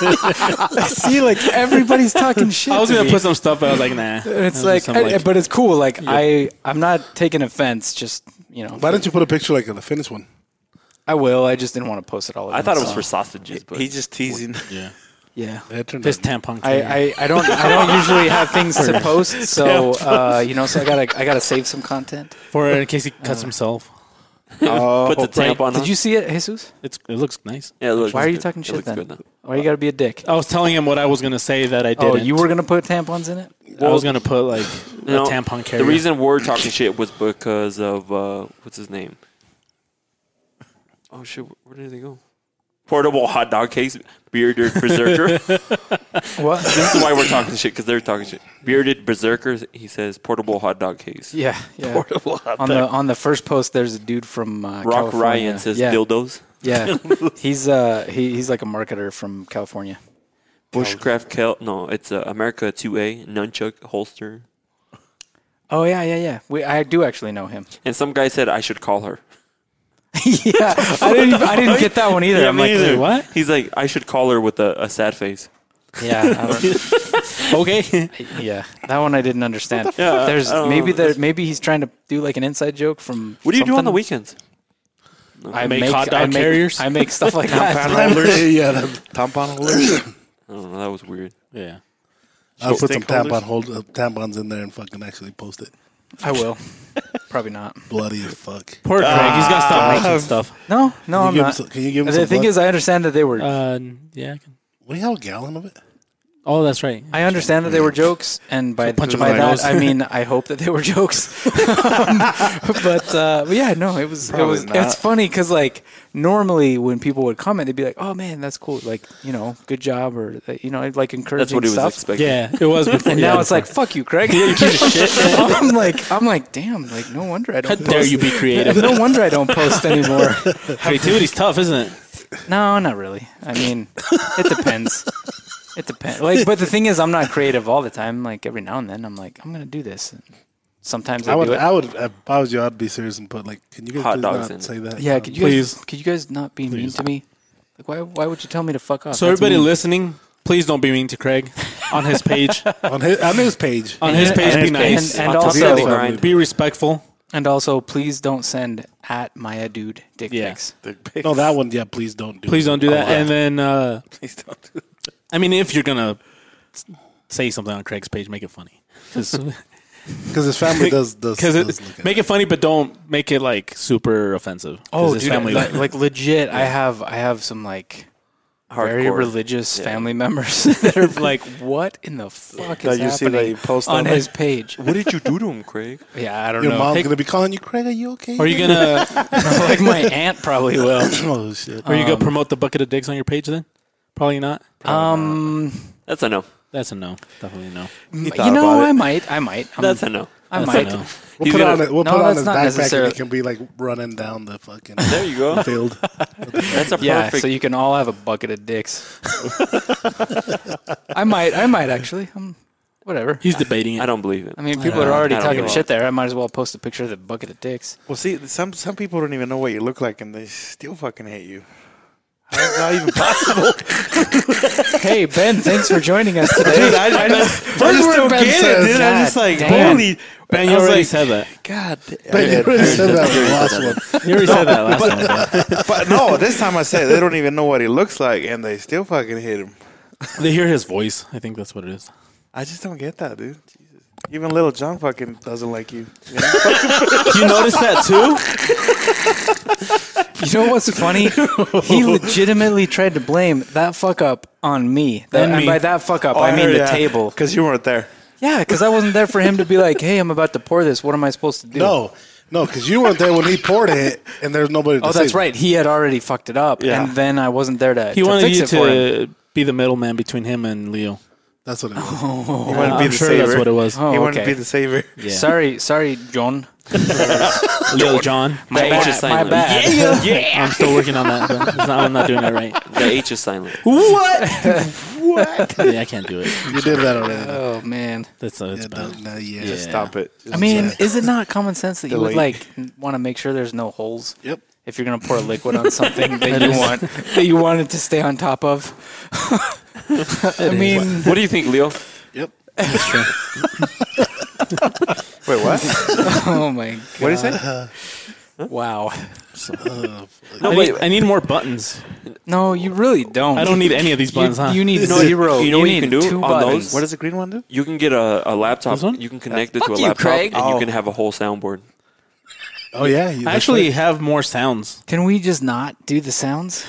E: See, like everybody's talking shit.
C: I was
E: to
C: gonna
E: me.
C: put some stuff, but I was like, nah.
E: And It's
C: That's
E: like,
C: just some,
E: I- but it's cool. Like I, I'm not taking offense. Just you know,
A: Why didn't you put a picture like of the finished one?
E: I will. I just didn't want to post it all.
G: I thought it was for sausages, but
F: He's just teasing.
C: yeah.
E: yeah.
A: That turned
C: This
A: out-
C: tampon. cleaner.
E: I, I, I don't I don't usually have things to post, so uh, you know, so I gotta I gotta save some content.
C: for in case he cuts himself.
G: put the tape on.
E: Oh, Did
G: huh?
E: you see it, Jesus?
C: It's, it looks nice.
G: Yeah, it looks
E: Why are you
G: good.
E: talking
G: It
E: shit
G: looks
E: then?
G: good now.
E: Why you gotta be a dick?
C: I was telling him what I was gonna say that I did.
E: Oh, you were gonna put tampons in it?
C: I was gonna put like
G: You know,
C: a tampon carrier.
G: The reason we're talking shit was because of uh, what's his name? Oh shit! Where did they go? Portable hot dog case, bearded berserker.
E: What?
G: this is why we're talking shit because they're talking shit. Bearded berserker. He says portable hot dog case.
E: Yeah, yeah.
G: Portable hot
E: On the on the first post, there's a dude from uh,
G: Rock
E: California.
G: Ryan says
E: yeah,
G: dildos.
E: yeah. He's uh he, he's like a marketer from California.
G: Bushcraft Kel. No, it's uh, America 2A nunchuck holster.
E: Oh yeah, yeah, yeah. We, I do actually know him.
G: And some guy said I should call her.
E: yeah, I didn't even- I didn't get that one either. I'm like,
C: either.
E: wait, what?
C: What?
G: He's like I should call her with a, a sad face.
E: Yeah, I don't-
C: Okay.
E: Yeah, that one I didn't understand.
G: Yeah,
E: There's
G: I don't
E: maybe
G: know.
E: there maybe he's trying to do like an inside joke from.
G: What do you do on the
E: something.
G: weekends?
E: I
C: Make hot dog
E: I make,
C: carriers?
E: I make stuff like that.
A: yeah, that-
F: Tampon holders.
G: I don't know. That was weird.
C: yeah.
A: I'll put some
F: Stakeholders?
A: tampon hold, uh, tampons in there and fucking actually post it.
E: I will. Probably not.
A: Bloody as fuck.
C: Poor Craig. He's got to
E: Ah.
C: stop making stuff.
E: No, no, I'm
A: Can you give him
E: not.
A: some- can you give him
E: the
A: some
E: thing
A: blood?
E: is, I understand that they were.
C: Uh, yeah. I can-
A: we have a gallon of it.
C: Oh, that's right.
E: I understand that they were jokes, and by,
C: punch him
E: by
C: in the
E: that
C: nose.
E: I mean I hope that they were jokes. Um, but, uh, but yeah, no, it was it
F: Probably
E: was
F: not.
E: it's funny because like normally when people would comment, they'd be like, "Oh man, that's cool," like you know, good job, or uh, you know, like encouraging
G: That's what he was
E: stuff.
G: expecting.
C: yeah, it was before.
E: And
C: yeah,
E: now it's
C: before.
E: like, fuck you, Craig. you piece of shit. I'm like, I'm like, damn, like no wonder I
C: How
E: don't. Post.
C: dare you be creative?
E: No wonder I don't post anymore.
C: Creativity's tough, isn't it?
E: No, not really. I mean, it depends. It depends. Like, but the thing is, I'm not creative all the time. Like every now and then, I'm like, I'm gonna do this. And sometimes I,
A: I would,
E: do it.
A: I would, uh, if I was you, I'd be serious and put like, can you guys
G: Hot
A: please
G: dogs
A: not
G: in it.
A: say that?
E: yeah,
A: Um,
E: could you guys, could you guys not be mean to me? Like, why why would you tell me to fuck off?
C: So
E: That's
C: everybody
E: mean.
C: listening, please don't be mean to Craig on his page.
A: on his on his page.
C: on his page, be nice. Uh,
E: and, and
G: On top of that,
E: also
G: they grind.
C: be respectful.
E: and also please don't send at Maya dude dick
C: Yeah.
E: pics.
A: no, that one. Yeah, please don't do.
C: Please
A: it.
C: don't do
G: Oh,
C: that. And then, uh,
F: Please don't do that.
C: I mean, if you're gonna s- say something on Craig's page, make it funny. Because
A: because his family does does, does look at
C: make it funny, but don't make it like super offensive. 'Cause
E: Oh,
C: his
E: dude,
C: family-
E: like, like legit. I have I have some like very
G: Hardcore.
E: religious family members that are like, what in the fuck is
F: That you see that
E: happening
F: you post
E: on
F: on
E: his page?
G: What did you do to him, Craig?
E: Yeah, I don't
A: it. Your
E: know.
A: mom's
E: Hey,
A: gonna be calling you Craig. Are you okay?
C: are you gonna
E: like my aunt probably will.
A: oh shit.
C: are you gonna promote the bucket of dicks on your page then? Probably not.
F: Oh,
E: Um,
G: That's a no.
C: That's a no. Definitely no.
E: you
F: thought
E: know,
F: about it.
E: I might, I might, I'm,
G: That's a no.
E: I
C: That's a
E: might.
C: no.
A: We'll
G: He's
A: put it on
G: gonna-
A: it. We'll
E: No,
A: put it on
E: that's
A: his
E: not
A: backpack, and
E: necessarily-
A: it can be like running down the fucking
G: There you go.
A: field.
G: That's a perfect.
E: Yeah, so you can all have a bucket of dicks. I might, I might actually. Um, whatever.
C: He's debating it.
G: I don't believe it.
E: I mean, people are already
G: I don't
E: talking
G: know.
E: shit there. I might as well post a picture of the bucket of dicks.
F: Well, see, some some people don't even know what you look like, and they still fucking hate you. How is that even possible?
E: hey Ben, thanks for joining us today.
F: dude, I, I just, I
A: First
F: just
A: word
F: don't
A: Ben
F: get
A: says.
F: it, dude. I'm just
E: God
F: like,
E: damn.
F: holy.
C: Ben,
F: I
C: you
F: was
C: already
F: like,
C: said that.
F: God damn.
A: Ben, you already said that in the last one.
C: You already said that last time. Ben.
F: But no, this time I said they don't even know what he looks like, and they still fucking hit him.
C: They hear his voice. I think that's what it is.
F: I just don't get that, dude. Jesus. Even little John fucking doesn't like you.
C: You notice that too?
E: You know what's funny? He legitimately tried to blame that fuck up on me. That,
C: And
E: and
C: me.
E: by that fuck
F: Oh,
E: up, Oh, I mean the table.
F: because you weren't there.
E: Yeah, because I wasn't there for him to be like, "Hey, I'm about to pour this. What am I supposed to do?"
A: No, no, because you weren't there when he poured it, and there's nobody. To
E: Oh, that's
A: save.
E: right. He had already fucked it up,
F: Yeah.
E: and then I wasn't there to,
C: He
E: to
C: wanted
E: fix
C: you
E: it for him.
C: to be the middleman between him and Leo.
A: That's what it was.
F: He wanted to be
C: I'm
F: the
C: sure
F: savior.
C: that's what it was.
E: Oh,
F: he wanted
E: okay.
F: to be the savior.
C: Yeah.
E: Sorry, sorry, John.
C: Leo John.
G: The H is
E: My
G: silent.
E: bad.
C: I'm still working on that. Ben. It's not- I'm not doing that right.
G: The H is silent.
C: Yeah, I can't do it.
A: You did that already.
E: Oh man.
C: That's, uh,
A: Yeah,
C: it's bad.
A: no, no, yeah.
C: Yeah.
F: Stop it.
E: I mean, is it not common sense that you would like
F: Delete.
E: want to make sure there's no holes?
A: Yep.
E: If you're gonna pour liquid on something that you want that you want it to stay on top of. I mean,
G: What do you think, Leo?
A: Yep.
F: wait, what?
E: oh my god!
F: what did he say?
E: Wow.
G: No,
C: I,
G: wait.
C: need, I need more buttons.
E: No, you really don't.
C: I don't need any of these buttons,
E: you,
C: huh?
E: you need
G: You know-
E: zero.
G: you know what you
E: need
G: can do
E: two
G: on those?
E: buttons.
F: What does the green one do?
G: You can get a, a laptop.
C: This one?
G: You can connect it to a
E: you,
G: laptop,
E: Craig.
G: and
F: Oh.
G: you can have a whole soundboard.
A: Oh yeah. you-
C: I
A: that's
C: actually
A: right.
C: have more sounds.
E: Can we just not do the sounds?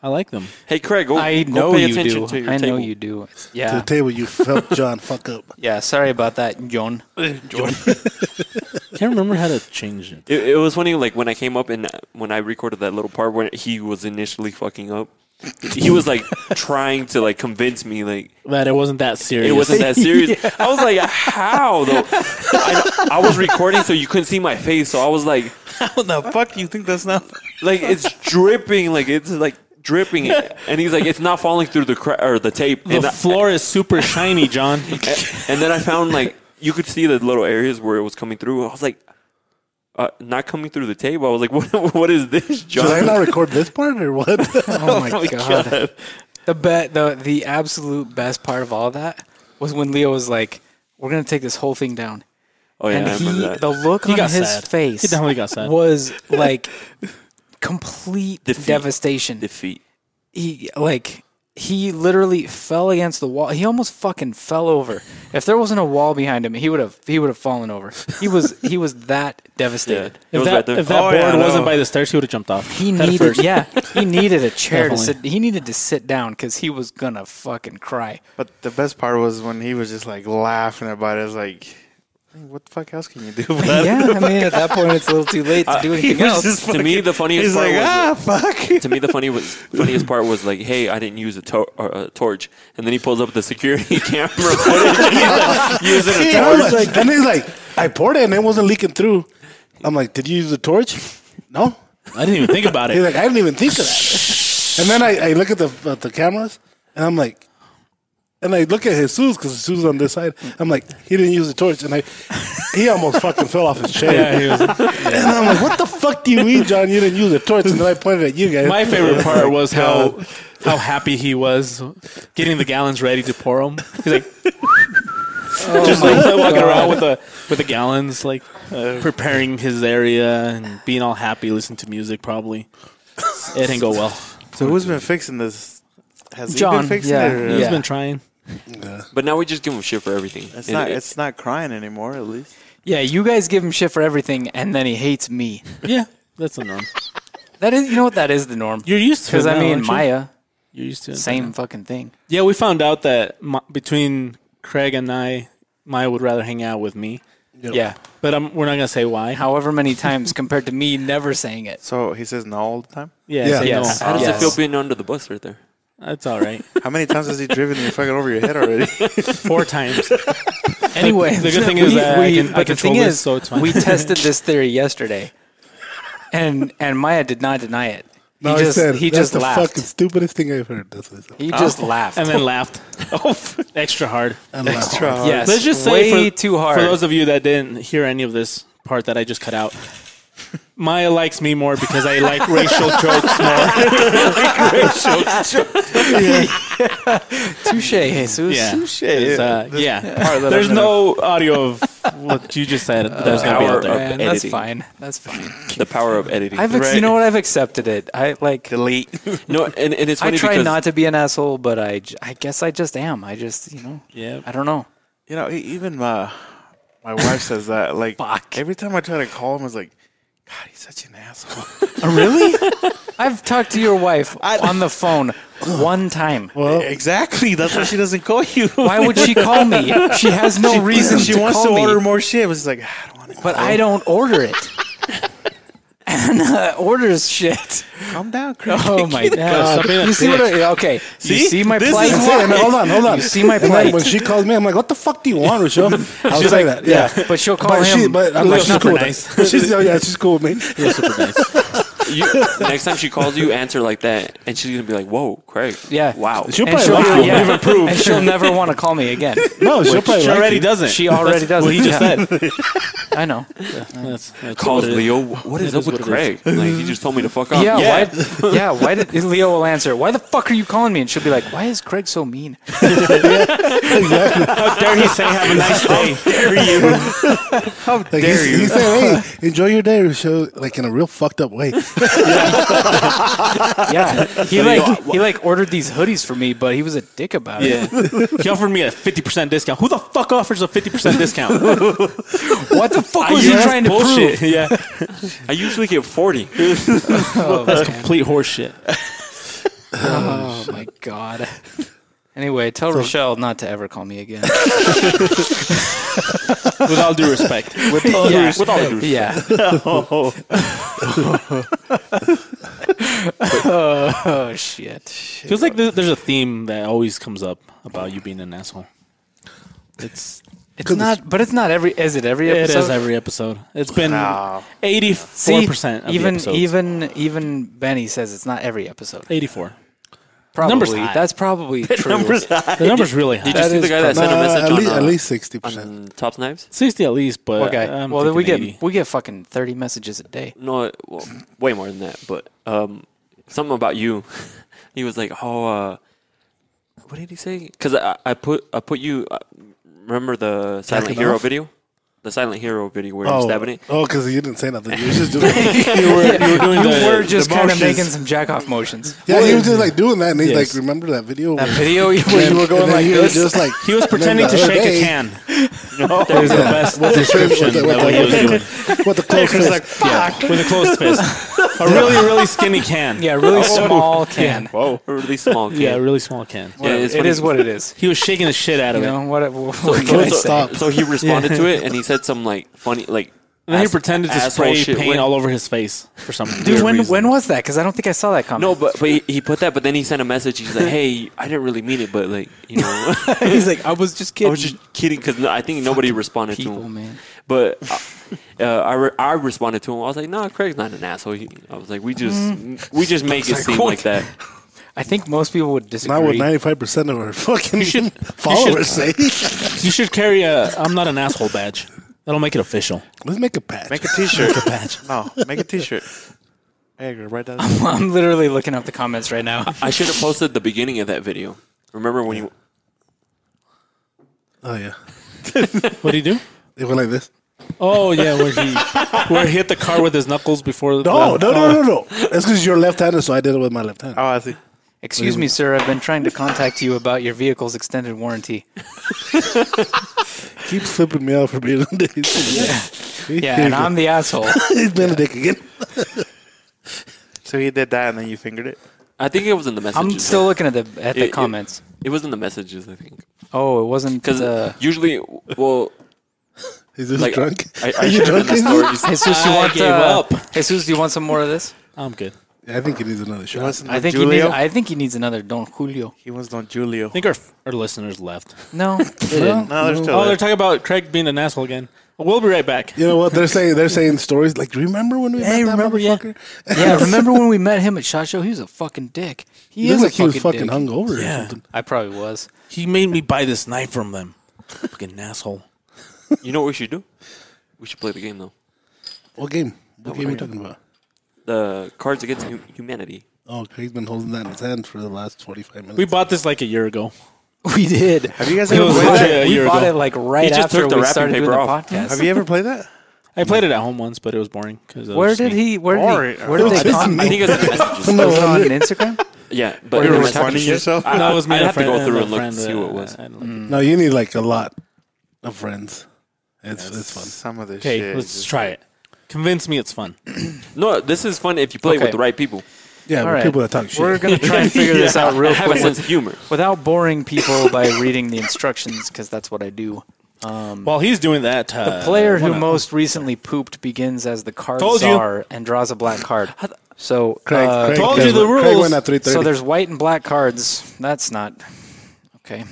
C: I like them.
G: Hey, Craig, go,
E: I
G: go
E: know
G: pay
E: you
G: attention
E: do.
G: to your
E: I
G: table.
E: know you do. It's-
A: to
E: Yeah.
A: the table. You felt John fuck up.
E: Yeah. Sorry about that, John.
G: Oh
C: Can't remember how to change it.
G: It, it was funny, like when I came up and uh, when I recorded that little part where he was initially fucking up. He was like trying to like convince me like
C: That it wasn't that serious.
G: it wasn't that serious. I was like, how though? I, I was recording so you couldn't see my face, so I was like,
F: What the fuck? You think that's not?
G: like it's dripping, like it's like dripping, and he's like, it's not falling through the cra- or the tape.
C: The
G: and, I-
C: floor is super shiny, John.
G: and then I found like you could see the little areas where it was coming through. I was like, uh, not coming through the table. I was like, what? What is this,
A: Did I
G: John?
A: not record this part or what?
E: Oh my god. The bet the the absolute best part of all of that was when Leo was like, "We're gonna take this whole thing down,"
G: Oh yeah,
E: and
G: I remember
E: he
G: that.
E: the look
C: He
E: on
C: got
E: his
C: sad.
E: face
C: He definitely got sad.
E: was like complete
G: Defeat.
E: devastation.
G: Defeat.
E: he like he literally fell against the wall. He almost fucking fell over. If there wasn't a wall behind him, he would have he would have fallen over. He was he was that
G: Yeah,
E: devastated.
G: it
C: If
G: was
C: that,
G: right there.
C: if that
F: Oh,
C: board
F: yeah, no.
C: wasn't by the stairs, he would have jumped off.
E: He
C: Head
E: needed,
C: first.
E: yeah, he needed a chair to sit.
C: Definitely.
E: He needed to sit down because he was gonna fucking cry.
F: But the best part was when he was just like laughing about it. I was like, "Hey, what the fuck else can you do? About
E: yeah,
F: it?
E: I mean, at that point, it's a little too late to do anything else.
G: to me, the funniest
F: He's
G: part
F: like,
G: was
F: ah, fuck.
G: to me the funny was funniest part was like, hey, I didn't use a, to- or a torch, and then he pulls up the security camera footage and he's like, using a
A: And I
G: torch.
A: was like, and he's like, I poured it and it wasn't leaking through. I'm like, did you use the torch? No.
C: I didn't even think about
A: He's
C: it.
A: like, I didn't even think of that. And then I, I look at the at the cameras and I'm like, and I look at Jesus because Jesus on this side. I'm like, he didn't use the torch, and I he almost fucking fell off his chair.
C: Yeah, he was-
A: And I'm like, what the fuck do you mean, John? You didn't use the torch? And then I pointed at you guys.
C: My favorite part was how how happy he was getting the gallons ready to pour them. He's like,
E: Oh
C: just like walking around with the with the gallons, like preparing his area and being all happy, listening to music. Probably it didn't go well.
F: So who's been fixing this? Has he
E: John,
F: been fixing
E: yeah,
F: it? Or
C: He's
E: yeah.
C: been trying.
G: But now we just give him shit for everything.
F: It's
G: And
F: not.
G: it-
F: It's not crying anymore. At least.
E: Yeah, you guys give him shit for everything, and then he hates me.
C: Yeah, that's the norm.
E: That is, you know what that is the norm.
C: You're used to it
E: Because I
C: now, aren't
E: mean,
C: you?
E: Maya,
C: You're used to it.
E: same fucking thing.
C: Yeah, we found out that Ma- between Craig and I, Maya would rather hang out with me.
E: Yeah.
C: But um, we're not gonna say why.
E: However many times compared to me never saying it.
F: So he says no all the time.
C: Yeah,
A: Yeah.
C: say
E: Yes.
C: no. Uh,
G: how does
E: Yes.
G: it feel being under the bus right there?
C: That's all right.
F: How many times has he driven you fucking over your head already?
C: Four times.
E: Anyway,
C: the good thing is that I can- I
E: but the
C: control
E: thing
C: this,
E: is,
C: so it's fine.
E: we tested this theory yesterday, and and Maya did not deny it.
A: No,
E: he
A: I
E: just
A: said,
E: he
A: that's
E: just
A: the
E: laughed.
A: fucking stupidest thing I've heard. That's what I said.
E: He just laughed.
C: and then laughed
F: oh, fuck.
C: extra hard.
A: And laughed.
E: yes,
C: Let's just say
E: way
C: for,
E: too hard.
C: for those of you that didn't hear any of this part that I just cut out. Maya likes me more because I like racial jokes more. racial jokes.
E: Touche, Jesus.
C: Yeah.
F: Touche.
C: It's, uh, yeah. There's no audio of what you just said. That's gonna be
G: hour
C: out there.
G: of
E: Man, that's
G: editing.
E: fine. That's fine.
G: the power of editing.
E: I've ex- you
F: Right.
E: know what? I've accepted it. I like.
F: Delete.
G: no, and, and it's
E: I
G: funny
E: try
G: because
E: not to be an asshole, but I, j- I guess I just am. I just you know.
C: Yeah.
E: I don't know.
F: You know, e- even my my wife says that. Like
E: Fuck.
F: every time I try to call him, I was like, God, he's such an asshole.
E: really? I've talked to your wife on the phone one time.
F: well, exactly. That's why she doesn't call you.
E: Why would she call me? She has no reason
F: she
E: to
F: wants
E: call
F: to
E: me.
F: order more shit. But she's like, I don't want to.
E: but I don't order it. and uh, orders shit.
F: calm down, Chris.
E: Oh my
C: stop
E: god!
C: being a
E: You see what? I, okay. you see my
F: This
E: plight.
F: is
A: That's it. And hold on, hold on.
E: You see my
A: And then
E: plight.
A: when she called me, I'm like, "What the fuck do you want, Rochelle?" I was like, that. Yeah,
E: But she'll call
A: but
E: him.
A: she, but I'm like, she's cool. with it. But she's oh, yeah, she's cool with me.
G: you, next time she calls you, answer like that, and she's gonna be like, "Whoa, Craig!
E: Yeah.
G: wow."
A: She'll
E: and
A: probably
E: she'll,
A: like you.
E: yeah, and she'll never want to call me again.
A: No, she'll probably
C: She
A: like
C: already
A: you.
C: doesn't.
E: She already does.
C: Well, he just
E: Yeah.
C: said.
E: I know.
C: That's, that's
G: Calls
C: what it is.
G: Leo. What is
C: It
G: up
C: is what
G: with
C: it
G: Craig? Like he just told me to fuck off.
E: Yeah, Why, yeah. Why did and Leo will answer? Why the fuck are you calling me? And she'll be like, Why is Craig so mean?
C: How dare he say have a nice day?
A: Like,
F: Dare
A: he's,
F: you.
A: he's saying, "Hey, enjoy your day, Rochelle," like in a real fucked up way.
E: Yeah, he like he like ordered these hoodies for me, but he was a dick about it.
C: Yeah. He offered me a 50% discount. Who the fuck offers a 50% discount?
E: What the fuck was he
C: Yeah, that's
E: trying to
C: bullshit.
E: prove?
C: Yeah.
G: I usually get forty.
C: That's complete horseshit.
E: Oh my god. Anyway, tell Rochelle not to ever call me again.
C: With all due respect.
E: With all yeah.
G: With all due
E: yeah. oh shit.
C: Feels like there- there's a theme that always comes up about you being an asshole. It's
E: It's not, but it's not every. Is it every
C: it
E: episode?
C: is every episode. It's been eighty four
E: See,
C: percent of
E: even
C: the episodes.
E: even even Benny says it's not every episode.
C: eighty four.
E: Probably
C: Number's high.
E: that's probably true.
C: The number's really
G: Did
C: high.
G: you see the guy that
A: No,
G: sent a message
A: at,
G: on,
A: least, at
G: uh,
A: least sixty percent.
G: on Top Knives?
C: Sixty at least, but
E: Okay.
C: I'm
E: well, then we get
C: thinking 80.
E: we get fucking thirty messages a day.
G: No, well, way more than that. But um, something about you. he was like, "Oh, uh, what did he say?" Because I, I put I put you. Uh, remember the Silent
A: Jack it
G: Hero
A: off?
G: video? The Silent Hero video where you're
A: Oh,
G: stabbing it.
A: oh, because you didn't say nothing. You were just doing.
C: you were, you were doing
E: You
C: the,
E: were just
A: the
E: kind of
A: motions.
E: making some jack off motions.
A: Yeah, he was just like doing that, and he's
C: Yes.
A: like, "Remember that video
E: That
A: where-
E: video you- where
A: and
E: you were going
A: and then
E: like
A: he
E: this.
A: Was just like
C: he was pretending to shake a
A: can.
C: can. That is the best
A: With the
C: description
A: with the,
C: of what he was doing.
A: With the close fist.
C: With a closed fist. A really, really skinny can.
E: Yeah, really small can.
G: Whoa, a really small. Kid.
C: oh. Yeah, a really small can.
G: Yeah, it's
E: it
G: funny.
E: is what it is.
C: He was shaking the shit out of
E: You
C: it.
E: know what? What can I
A: it's-
E: say?
A: Stop.
G: So he responded to it and he said some like funny like.
C: And then he
G: ass-
C: pretended to
G: asshole
C: spray
G: shit
C: paint
G: with-
C: all over his face for some
E: Dude,
C: weird
E: when
C: reason.
E: when was that? Because I don't think I saw that comment.
G: No, but but he, he put that. But then he sent a message. He's like, "Hey, I didn't really mean it, but like, you know, I
E: he's like, I was just kidding.
G: was just kidding because I think nobody responded to
E: people,
G: him.
E: man.
G: But uh, uh, I re- I responded to him. I was like, "No, Craig's not an asshole." He, I was like, "We just
E: Mm.
G: we just make it seem like that."
E: I think most people would disagree.
A: Not what ninety-five percent of our fucking
C: should-
A: followers say.
C: You should carry a I'm not an asshole badge. That'll make it official.
A: Let's make a patch.
F: Make a T-shirt.
C: Badge.
F: no, make a T-shirt. Hey, girl, write that. down.
E: I'm literally looking up the comments right now.
G: I should have posted the beginning of that video. Remember when you?
A: oh yeah,
C: What do you do?
A: it went like this.
C: Oh yeah, where he where he hit the car with his knuckles before.
A: No,
C: the,
A: no, no, no, no. That's because you're left-handed, so I did it with my left hand.
F: Oh, I see.
E: Excuse me, sir. I've been trying to contact you about your vehicle's extended warranty.
A: Keep slipping me off for being a dick. yeah,
E: Yeah, and I'm the asshole.
A: he's being a dick again.
F: So he did that, and then you fingered it.
G: I think it was in the messages.
E: I'm still looking at the at
G: It-
E: the
G: it-
E: comments.
G: It was in the messages. I think
E: Oh, it wasn't
G: because
E: because uh,
G: usually, well,
A: He's just
G: like
A: drunk.
G: I, I
A: Are you
G: showed him
A: drunk?
G: the stories.
E: Jesus, you
C: I
E: want
C: gave
E: uh,
C: up. Uh,
E: Jesus, do you want some more of this?
C: I'm good. I
A: I think he needs another shot.
F: Wasn't
E: I think he
F: Julio.
E: needs, I think he needs another Don Julio.
F: he was on Julio.
C: think our our listeners left.
E: No,
A: No,
F: No, they're still
C: Oh,
F: there.
C: they're talking about Craig being an asshole again. We'll be right back.
A: You know what they're saying? They're saying stories like, "Do you remember when we met that
C: remember, yeah.
A: motherfucker?"
E: yeah. Remember when we met him at Shot Show? He was a fucking dick. He,
A: He
E: is
A: looked
E: a
A: like he was fucking
E: dick.
A: hungover or
C: Yeah.
A: something.
E: I probably was.
C: He made me buy this knife from them. Fucking asshole.
G: you know what we should do? We should play the game though.
A: What game? What game are you talking about?
G: The Cards Against Hu- Humanity.
A: Oh, Craig's been holding that in his hand for the last 25 minutes.
C: We bought this like a year ago.
E: We did.
F: Have you guys
C: It
F: ever
C: was
F: played
C: literally
F: that?
C: a
E: we
C: year
E: bought
C: ago.
E: it like right
G: He just
E: after
G: took the
E: we
G: wrapping
E: started
G: paper
E: doing
G: off.
E: the podcast.
F: Have you ever played that?
C: I played it at home once, but it was boring. Cause it was
E: where
C: just
E: did
C: me.
E: he? Where did he?
F: Boring.
E: Where did they?
A: This
E: con-
A: is
G: I think it was in the messages.
E: it was on Instagram.
G: Yeah, but
F: You were
G: it was
F: responding
G: messages.
F: yourself?
G: I,
C: No, it was me and
G: I'd
C: a
G: have to
C: friend-
G: go through
C: a
G: and look to
C: friend,
G: see what it
C: uh,
G: was.
C: I didn't like it.
A: No, you need like a lot of friends. It's it's fun.
F: Some of this
C: Okay,
F: shit.
C: let's try it. Convince me it's fun.
G: No, this is fun if you play
E: Okay.
G: with the right people.
A: Yeah,
E: All
A: with
E: right.
A: people that talk shit.
E: We're gonna try and figure this out real
G: Have a
E: quick
G: sense of humor.
E: without boring people by reading the instructions because that's what I do. Um,
C: While he's doing that, uh,
E: the player who
C: wanna-
E: most recently pooped begins as the card
C: Told you.
E: czar and draws a black card. So,
A: Craig,
E: uh,
A: Craig,
C: told
A: Craig
C: you the
A: went- Craig
C: rules.
A: went at 3:30.
E: so there's white and black cards. That's not okay.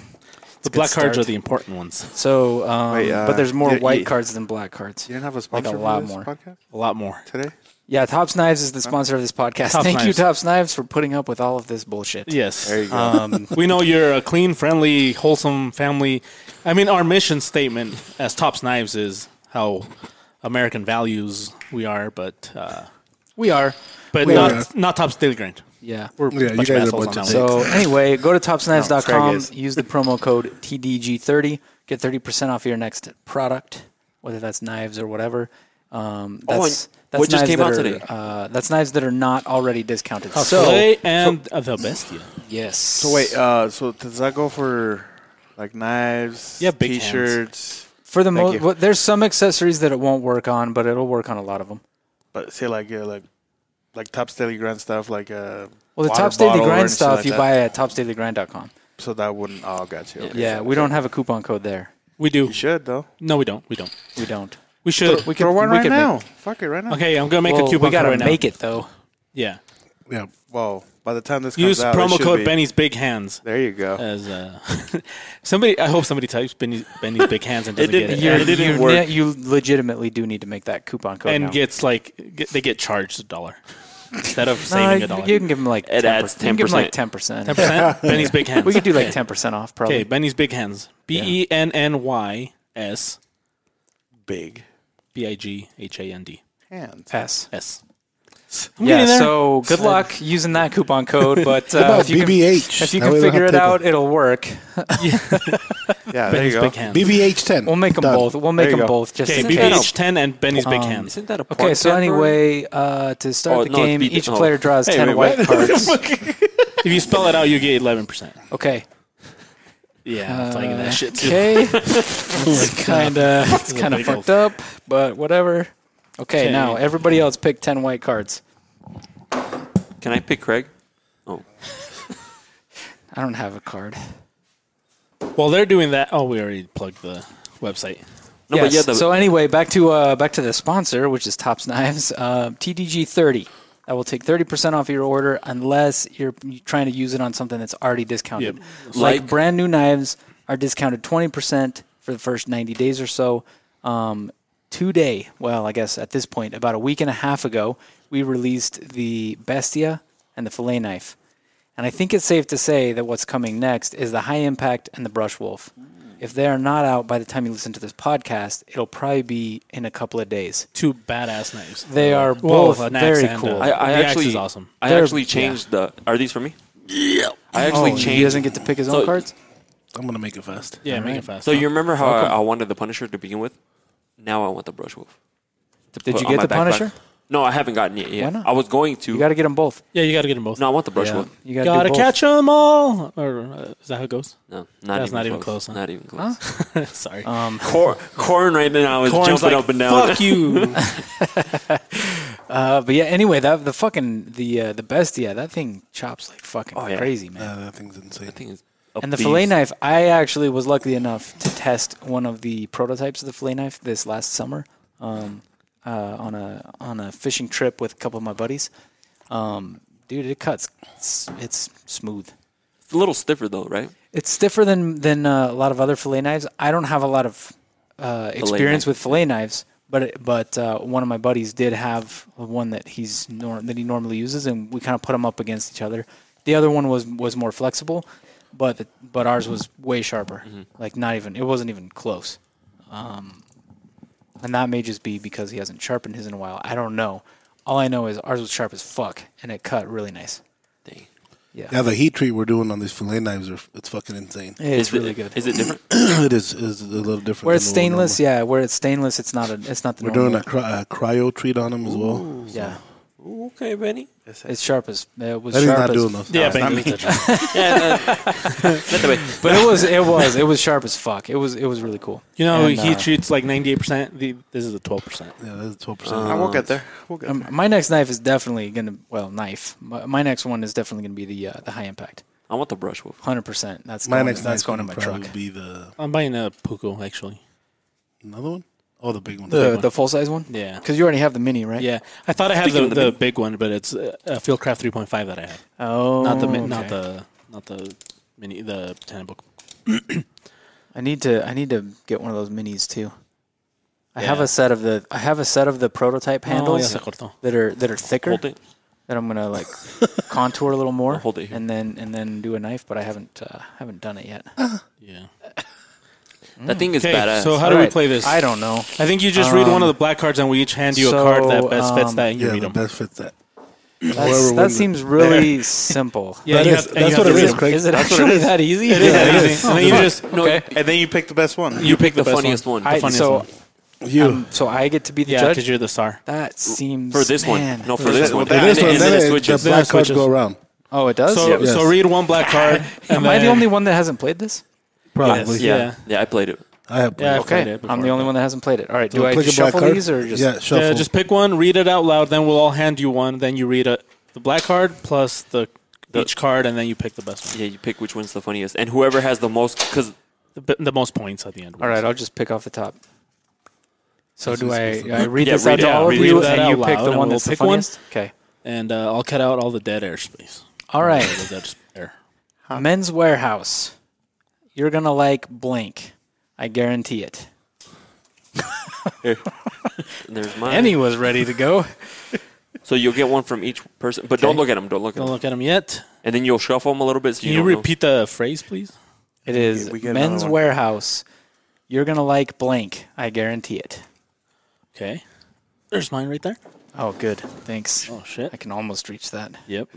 C: the black
E: start.
C: cards are the important ones.
E: So, um,
F: Wait, uh,
E: but there's more
F: you-
E: white
F: you-
E: cards than black cards.
F: You didn't have a
E: Like a
F: sponsor
E: lot
F: for this
E: more.
F: podcast
C: A lot more.
F: today?
E: Yeah, Tops Knives is the sponsor of this podcast.
C: Topps
E: Thank you,
C: Knives.
E: Tops Knives, for putting up with all of this bullshit.
C: Yes.
F: There you go.
E: Um,
C: We know you're a clean, friendly, wholesome family. I mean, our mission statement as Tops Knives is how American values we are, but uh,
E: we are.
C: but
E: We
C: not
A: are.
C: not Tops Daily Grind.
E: Yeah.
C: We're
A: Yeah,
C: a
A: you
C: bunch
A: guys are
C: of
A: a
C: assholes
A: bunch
C: on
A: of
C: that
A: dicks.
C: one.
E: So anyway, go to
F: No, Craig
E: topsknives.com,
F: is.
E: use the promo code TDG30, get 30% off your next product, whether that's knives or whatever. Um,
G: Oh,
E: that's,
G: and
E: that's
G: what just
E: knives
G: came
E: that
G: out
E: are,
G: today?
E: Uh, that's knives that are not already discounted. So,
C: Slay and uh, the bestia.
E: yes.
F: So wait, uh, so does that go for like knives?
C: You have big hands.
F: t-shirts.
E: for the
F: thank you.
E: most, well, there's some accessories that it won't work on, but it'll work on a lot of them.
F: But say like yeah, like like Topps Daily Grind stuff, like uh,
E: Well, the
F: water
E: Tops Daily
F: bottle
E: Grind
F: and shit
E: stuff
F: like
E: you
F: that.
E: buy at topsdailygrind.com.
F: So that wouldn't. Oh, gotcha. Okay.
E: Yeah, we don't have a coupon code there.
C: We do.
F: You should though.
C: No, we don't. We don't.
E: We don't.
C: We should.
E: We
F: Throw one
E: we
F: right
E: could make-
F: now. Fuck it, right now.
C: okay, I'm gonna make
E: Well,
C: a coupon
E: we gotta
C: code right
E: make
C: now.
E: it though.
C: Yeah.
A: yeah,
F: Whoa. By the time this
C: Use
F: comes out, it
C: promo
F: should
C: code
F: be.
C: Benny's Big Hands.
F: There you go.
C: As uh, somebody, I hope somebody types Benny's, Benny's Big Hands and doesn't
G: didn't
C: get it.
G: hear-
E: You're-
G: it didn't
E: you
G: work.
E: ne- you legitimately do need to make that coupon code
C: and
E: now.
C: gets like get, they get charged a dollar instead of
E: No,
C: saving a
E: Uh, you-
C: dollar.
E: You can give them like
G: It
E: 10%.
G: adds
E: You can give them like
G: 10%.
E: ten percent.
C: Ten percent. Benny's big hands.
E: We could do like ten percent off, probably.
C: Okay, Benny's big hands. B e n n y s
F: Big
C: b i g h a n d
F: hands.
E: S.
C: s.
E: Yeah.
C: getting there.
E: So good luck using that coupon code, but uh,
A: about
E: if you can,
A: BBH?
E: if you
A: That
E: can
A: way they don't
E: figure
A: have to
E: it
A: take
E: out, it'll work.
F: Yeah. There you
C: Benny's
F: go.
C: big hands.
A: BBH ten.
E: We'll make them
A: Done.
E: both. We'll make
F: There you
E: them
F: go.
E: both just
C: okay,
E: in case.
C: BBH ten and Benny's big
E: Um,
C: hands.
G: Isn't that a porn
E: Okay, so
G: pamper?
E: anyway, uh, to start
G: Oh,
E: the
G: no, it's
E: game,
G: beat-
E: each
G: oh.
E: player draws
F: Hey,
E: ten white
F: wait, what?
E: cards.
C: If you spell it out, you get eleven percent.
E: Okay.
C: Yeah, I'm playing that shit too.
E: Okay. it's kind of it's kind of
C: big
E: fucked up, but whatever. Okay,
C: Okay.
E: now everybody else pick 10 white cards.
G: Can I pick Craig? Oh.
E: I don't have a card.
C: Well, they're doing that. Oh, we already plugged the website.
G: No,
E: yes.
G: but yeah, the,
E: so anyway, back to uh, back to the sponsor, which is Tops Knives, uh, TDG 30. That will take 30% off your order unless you're trying to use it on something that's already discounted. Like,
G: Like-
E: brand new knives are discounted 20% for the first 90 days or so. Um, today, well, I guess at this point, about a week and a half ago, we released the Bestia and the fillet knife. And I think it's safe to say that what's coming next is the high impact and the brush wolf. If they are not out by the time you listen to this podcast, it'll probably be in a couple of days.
C: Two badass knives.
E: They are
C: Well,
E: both
C: an axe
E: very
C: and,
E: cool.
C: uh,
G: I, I
C: the axe
G: actually
C: is awesome.
G: I
E: They're-
G: actually changed the. Are these for me? Yeah. I actually
E: Oh,
G: changed.
E: he doesn't get to pick his own
G: So-
E: cards.
A: I'm gonna make it fast.
C: Yeah, make it fast.
G: So you remember how I, I wanted the Punisher to begin with? Now I want the Brush Wolf. to
E: Did
G: put
E: you
G: on
E: get
G: my
E: the
G: backpack.
E: Punisher?
G: No, I haven't gotten it yet.
E: Why not?
G: I was going to.
E: You got to get them both.
C: yeah, you got to get them both.
G: no, I want the Brush Wolf.
E: You got
C: Gotta
E: to
C: 'em catch them all. Or uh, is that how it goes?
G: No, not
C: That's
G: even
C: not even close,
G: close.
C: huh?
G: Not even close.
C: Sorry.
E: Um,
G: Cor- Corn right now is
C: Corn's
G: jumping
C: like,
G: up and down.
C: Fuck you.
E: uh, but yeah, anyway, that the fucking the uh, the Bestia, that thing chops like fucking
G: Oh, yeah.
E: crazy, man.
A: Yeah, that thing's insane.
G: I think it's
E: And the fillet knife, I actually was lucky enough to test one of the prototypes of the fillet knife this last summer um, uh, on a on a fishing trip with a couple of my buddies. Um, dude, it cuts. It's, it's smooth.
G: It's a little stiffer though, right?
E: It's stiffer than than uh, a lot of other fillet knives. I don't have a lot of uh, experience
G: knife.
E: with fillet knives, but it, but uh, one of my buddies did have one that he's nor- that he normally uses, and we kind of put them up against each other. The other one was was more flexible, but the, but
G: Mm-hmm.
E: ours was way sharper. Like not even it wasn't even close. Um, And that may just be because he hasn't sharpened his in a while. I don't know. All I know is ours was sharp as fuck, and it cut really nice.
G: Dang.
E: Yeah,
A: Yeah, the heat treat we're doing on these fillet knives are it's fucking insane.
E: it's
G: Is
E: really
G: it,
E: good.
G: Is it different?
A: it is is a little different. than
E: where it's
A: the one
E: stainless, yeah. Where it's stainless, it's not a. It's not the.
A: normal. We're
E: normal.
A: doing a, cry, a cryo treat on them as well.
E: Yeah,
G: Ooh, okay, Benny.
E: it's sharp as it was
A: That is
E: sharp
A: not
E: as
A: doing those.
C: Yeah,
F: it's not me.
G: Yeah, not the way.
E: But it was it was it was sharp as fuck. It was it was really cool.
C: You know,
E: And,
C: he
E: uh,
C: treats like 98%. The, this is the 12%.
A: Yeah, that's twelve percent.
E: Uh,
F: Ah, we'll get there. We'll get
E: Um, my next knife is definitely gonna well knife. My, my next one is definitely gonna be the uh, the high impact.
G: I want the brush wolf.
E: Hundred percent. That's
A: My
E: going,
A: next
E: that's
A: knife's
E: going in my
A: gonna probably
E: truck.
A: Be the
C: I'm buying a Puko, actually.
A: another one? Oh, the big one.
E: The
A: big
E: the full size one.
C: Yeah.
E: Because you already have the mini, right?
C: Yeah. I thought I had
G: Speaking
C: the, the,
G: of the
C: big, one, but it's uh, a Fieldcraft 3.5 that I have.
E: Oh,
C: Not the mi not
E: okay.
C: the not the mini the Botanic book.
E: I need to I need to get one of those minis too. I have a
C: Yeah.
E: set of the I have a set of the prototype handles
C: Oh, ya se cortó.
E: that are that are thicker
G: Hold it.
E: that I'm gonna like contour a little more
G: hold it here.
E: and then and then do a knife, but I haven't uh, haven't done it yet.
C: Yeah.
G: That thing is
C: Okay,
G: badass.
C: so how
E: All
C: do we
E: right.
C: play this?
E: I don't know.
C: I think you just read
E: Um,
C: one of the black cards, and we each hand you a card
E: so,
C: that best fits
E: um,
C: that, and you
A: yeah,
C: read
A: the
C: them.
A: best fits that.
E: That's, that
A: wins it.
E: seems really simple.
C: Yeah,
A: That
C: you
A: is-
C: have, and
A: that's
C: you
A: what
C: have
A: it
C: to
A: is,
C: read
A: Craig.
E: Is it
A: That's what
E: actually that easy?
C: them. It is that easy. And then you just
G: No,
F: And then you pick the best one.
G: you pick the
C: best one.
G: funniest one.
E: I,
C: funniest
E: so
C: one.
A: You.
E: um, so I get to be the
C: yeah,
E: judge.
C: because you're the star.
E: that seems
G: for this
E: man.
G: one. No, for this
F: that-
G: one.
F: well,
A: It is,
F: And
A: but
F: then
A: then
G: it
A: it-
G: switches.
A: the black cards
C: switches.
A: go around.
E: Oh, it does.
C: So
G: Yes.
C: so read one black card. and
E: Am I the
C: then-
E: only one that hasn't played this?
A: Probably.
G: Yeah.
C: Yeah.
G: yeah, I played it.
A: I have.
C: Yeah, I've played
E: Okay,
C: it before.
E: I'm the only one that hasn't played it. All right,
A: So
E: do I
A: click
E: just
A: a black
E: shuffle
A: card.
E: these or just
A: yeah, shuffle?
C: Yeah, just pick one, read it out loud, then we'll all hand you one, then you read a, the black card plus the,
G: The-
C: each card, and then you pick the best one,
G: Yeah, you pick which one's the funniest, and whoever has the most, because
C: the, b- the most points at the end.
E: All right, I'll just pick off the top. So
A: This
E: do
A: is-
E: I,
A: this is-
E: I read
G: Yeah,
E: this
G: read
E: out
G: it
E: to
G: out.
E: all of
G: Read
E: you,
C: it out
E: and you
C: loud,
E: pick the
C: and
E: one
C: we'll
E: that's the
C: pick one.
E: funniest? Okay.
C: and uh, I'll cut out all the dead airspace.
E: All
C: All the
E: right.
C: dead s- air.
E: Men's Warehouse. You're going to like blank. I guarantee it.
G: there's mine.
E: Annie was ready to go.
G: So you'll get one from each person, but don't look at them. Don't look at
C: Don't
G: them.
C: look at them yet.
G: And then you'll shuffle them a little bit. So
C: Can
G: you,
C: you
G: don't know.
C: repeat the phrase, please?
E: It is
F: get- we get another
E: Men's
F: one.
E: Warehouse. You're going to like blank. I guarantee it.
C: Okay. There's mine right there.
E: Oh, good. Thanks.
C: Oh, shit.
E: I can almost reach that.
C: Yep.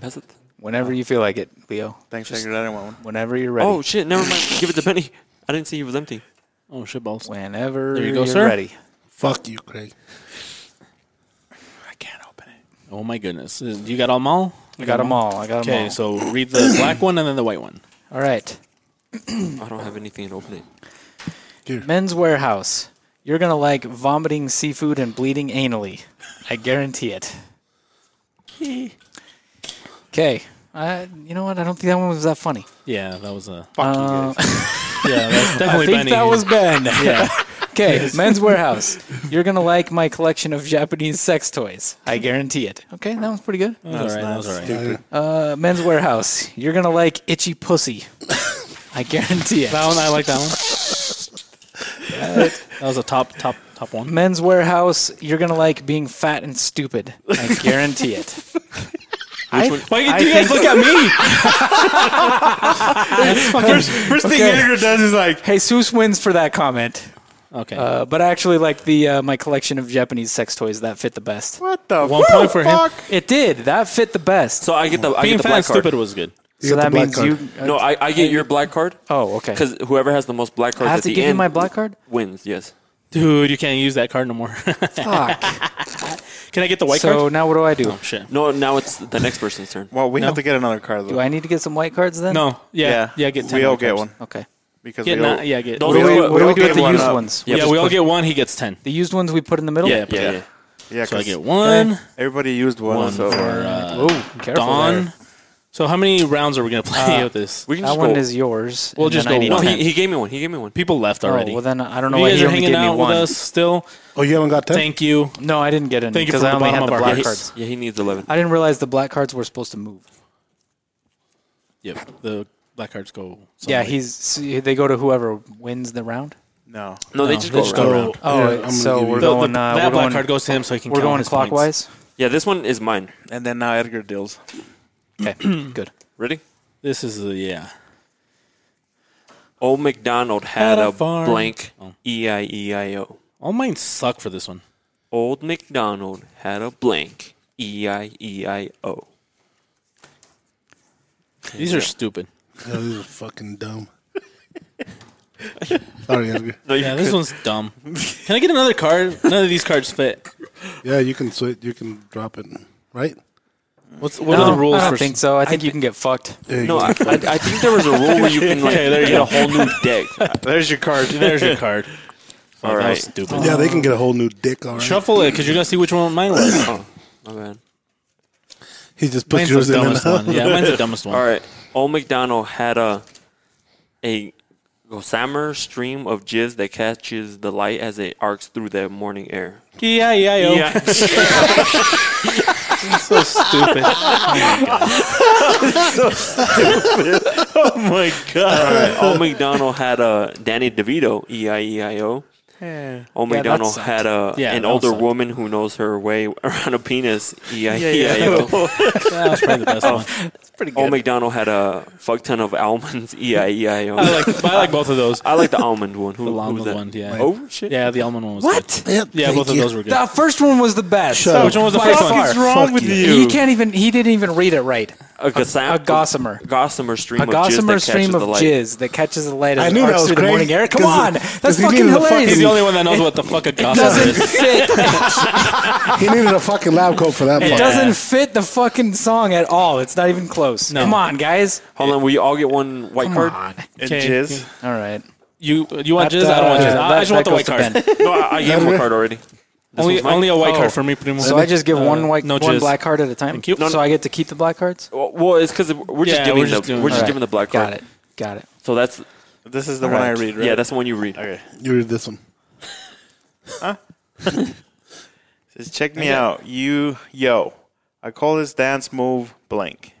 G: Pass it.
E: Whenever you feel like it, Leo.
F: Thanks, I didn't want one.
E: Whenever you're ready.
G: Oh shit! Never mind. Give it to Benny. I didn't see he was empty.
C: Oh, shit balls.
E: Whenever
C: There
E: you
C: you go,
E: are
C: sir.
E: ready.
A: Fuck you, Craig.
F: I can't open it.
C: Oh, my goodness. Uh, You got them all?
E: I got them all. I got them all.
C: Okay, so read the black one and then the white one.
E: all right.
G: I don't have anything to open it.
E: Men's Warehouse. You're gonna like vomiting seafood and bleeding anally. I guarantee it. Okay. Uh, you know what? I don't think that one was that funny.
C: Yeah, that was a.
E: Uh,
C: Yeah, that's definitely
E: I think
C: Benny.
E: that was Ben.
C: Yeah.
E: Okay, Men's Warehouse. You're gonna like my collection of Japanese sex toys. I guarantee it. Okay, that one's pretty good.
C: That was all right. That was all right.
E: Uh, Men's Warehouse. You're gonna like itchy pussy. I guarantee it.
C: That one, I like that one. that was a top, top, top one.
E: Men's Warehouse. You're gonna like being fat and stupid. I guarantee it. I,
C: Why
E: I
C: do you guys
E: think-
C: look at me? That's fucking-
F: First thing
E: Okay.
F: Edgar does is like,
E: Jesus wins for that comment.
C: okay.
E: Uh, but I actually like the uh, my collection of Japanese sex toys that fit the best.
F: what the
C: One
F: fuck?
C: point for him.
E: It did. That fit the best. So,
G: So I get the I
C: Being
G: get the
C: fat
G: black
C: and
G: card.
C: stupid was good.
A: get the
E: that
A: black
E: means
A: card.
E: you.
G: No, I, I get your black card
E: oh, okay.
G: because whoever has the most black cards
E: I have
G: at
E: to
G: the
E: give you
G: end
E: my black card.
G: wins. Yes.
C: Dude, you can't use that card no more.
E: Fuck.
C: Can I get the white
E: Ah, so
C: card?
E: now what do I do?
C: Oh, shit.
G: No, now it's the next person's turn.
F: Well, we have to get another card, though.
E: Do I need to get some white cards then?
C: No. Yeah. Yeah, get 10
F: We all
C: white
F: get
C: cards.
F: one.
E: Okay.
F: Because
C: Get
F: we all,
C: nine- yeah, get.
G: Those
E: What do
G: are
E: we,
G: what-
E: what do, we do
F: all
E: with
F: get
E: the
F: one
E: used
F: up.
E: ones?
G: Yeah,
C: yeah,
G: just
C: we all
G: put-
C: get one. He gets 10.
E: The used ones we put in the middle.
C: Yeah,
G: Yeah, yeah.
F: Yeah,
C: So I
F: 'cause
C: get one.
F: everybody used one.
C: One
F: so
C: for
E: Oh, careful.
C: uh,
E: there. Uh,
C: Dawn. So how many rounds are we going to play with this?
G: We can
E: That
G: just
E: one
G: go.
E: is yours.
C: We'll
E: and
C: just
E: then I
C: go
E: need
G: no,
E: to-
C: one.
G: he, he gave me one. He gave me one.
C: People left
E: Oh,
C: already.
E: well then I don't know
C: you
E: why
C: guys
E: he
C: are
E: only
C: hanging
E: gave me
C: out with
E: one.
C: us still.
A: Oh, you haven't got ten.
C: Thank you.
E: No, I didn't get any
C: Thank you
E: because
C: from
E: I
C: the
E: only had
C: bottom of
E: the
C: our
G: Yeah,
E: black
C: hearts.
E: cards.
G: he, yeah, he needs eleven.
E: I didn't realize the black cards were supposed to move.
C: Yep. The black cards go.
E: yeah,
C: somewhere.
E: he's see, they go to whoever wins the round.
F: no.
G: No, they
C: No,
G: just
C: they
G: go
C: just
G: around.
C: go
A: around.
C: around.
E: Oh,
A: Yeah, I'm
E: so
A: gonna give
E: we're
A: you-
C: The- the-
E: going. uh,
C: that
E: we're
C: black
E: going,
C: card goes to him, so he can.
E: We're
C: count
E: going
C: his points.
E: clockwise.
G: Yeah, this one is mine.
F: And then now Edgar deals.
E: Okay, good.
G: Ready?
C: This is the yeah.
G: Old MacDonald
C: Had
G: had,
C: a
G: a,
C: farm.
G: blank
C: Oh.
G: E I E I O.
C: All mine suck for this one.
G: Old MacDonald had a blank. E I E I O.
C: These are stupid.
A: Oh, these are fucking dumb. Sorry, Edgar.
C: Yeah, this one's dumb. Can I get another card? None of these cards fit.
A: Yeah, you can switch. You can drop it, right?
C: What's what
E: No,
C: are the rules
E: I don't
C: for
E: think so. I think you can get fucked.
A: There you
G: No,
A: go.
G: I, I, I think there was a rule where you can like get a whole new deck.
F: There's your card.
C: There's your card.
G: All
C: That was
G: right.
C: stupid.
A: yeah, they can get a whole new dick. All right.
C: Shuffle it because you're gonna see which one mine was.
G: Oh, my bad.
A: He just puts
C: mine's the
A: yours in and
C: dumbest
A: out.
C: one. Yeah, mine's the dumbest one.
G: All right. Old McDonald had a a gossamer stream of jizz that catches the light as it arcs through the morning air.
C: Yeah, yeah, yo.
G: Yeah.
C: So stupid.
G: oh my god. All right. Old McDonald had a Danny DeVito, E I E I O. Old
E: Yeah, that
G: McDonald
E: sucked.
G: had a
C: Yeah,
G: an
C: that
G: older
C: sucked.
G: woman who knows her way around a penis. E I E I O.
C: That was probably the best one.
G: Old McDonald had a fuck ton of almonds. E I E I O.
C: I like I like both of those.
G: I like the almond one. Who,
C: The
G: Uh, who
C: almond
G: that?
C: one, yeah.
G: Oh shit.
C: Yeah, the almond one was
E: What?
C: Good. Yeah,
A: Thank
C: both of
A: you.
C: those were good.
E: The first one was the best.
A: Shut
C: Which one was the
E: By
C: first
E: far.
C: one?
F: What's wrong with you?
E: He can't even. He didn't even read it right.
G: A, gossam-
E: A gossamer.
G: gossamer stream
E: A
G: of jizz
E: gossamer
G: that catches
E: stream of
G: the light.
E: jizz that catches the light
A: I
E: as it
A: knew that
E: arcs
A: was
E: through the
A: Craig,
E: morning air. Come
A: 'cause-
E: on,
A: 'cause
E: that's
A: he needed
E: fucking
A: the fucking-
E: hilarious.
C: He's the only one that knows what the fuck a gossip
E: doesn't
C: is.
E: fit.
A: He needed a fucking lab coat for that.
E: It
A: fucker.
E: doesn't fit the fucking song at all. It's not even close.
C: No.
E: Come on, guys.
G: Hold on, we all get one white
E: Come
G: card.
E: on.
F: And
C: Okay.
F: jizz.
E: All right.
C: You you want jizz? I don't want jizz. I I just want the white card.
G: No, I, I gave him a
A: Edgar?
G: card already. This
C: Only
G: one's mine.
C: only a white
E: Oh.
C: card for me, Primo.
E: So I just give
C: Uh,
E: one white,
C: no
E: one
C: jizz.
E: black card at a time.
C: Thank you.
E: So I get to keep the black cards.
G: Well, well, it's because we're just
C: Yeah,
G: giving
C: we're just
G: the
C: doing-
G: we're just
E: Alright.
G: giving the black card.
E: Got it. Got it.
G: So that's
F: This is the one I read, right?
G: yeah, that's the one you read.
F: Okay.
A: You read this one.
F: Says, check me out. You, yo. I call this dance move blank.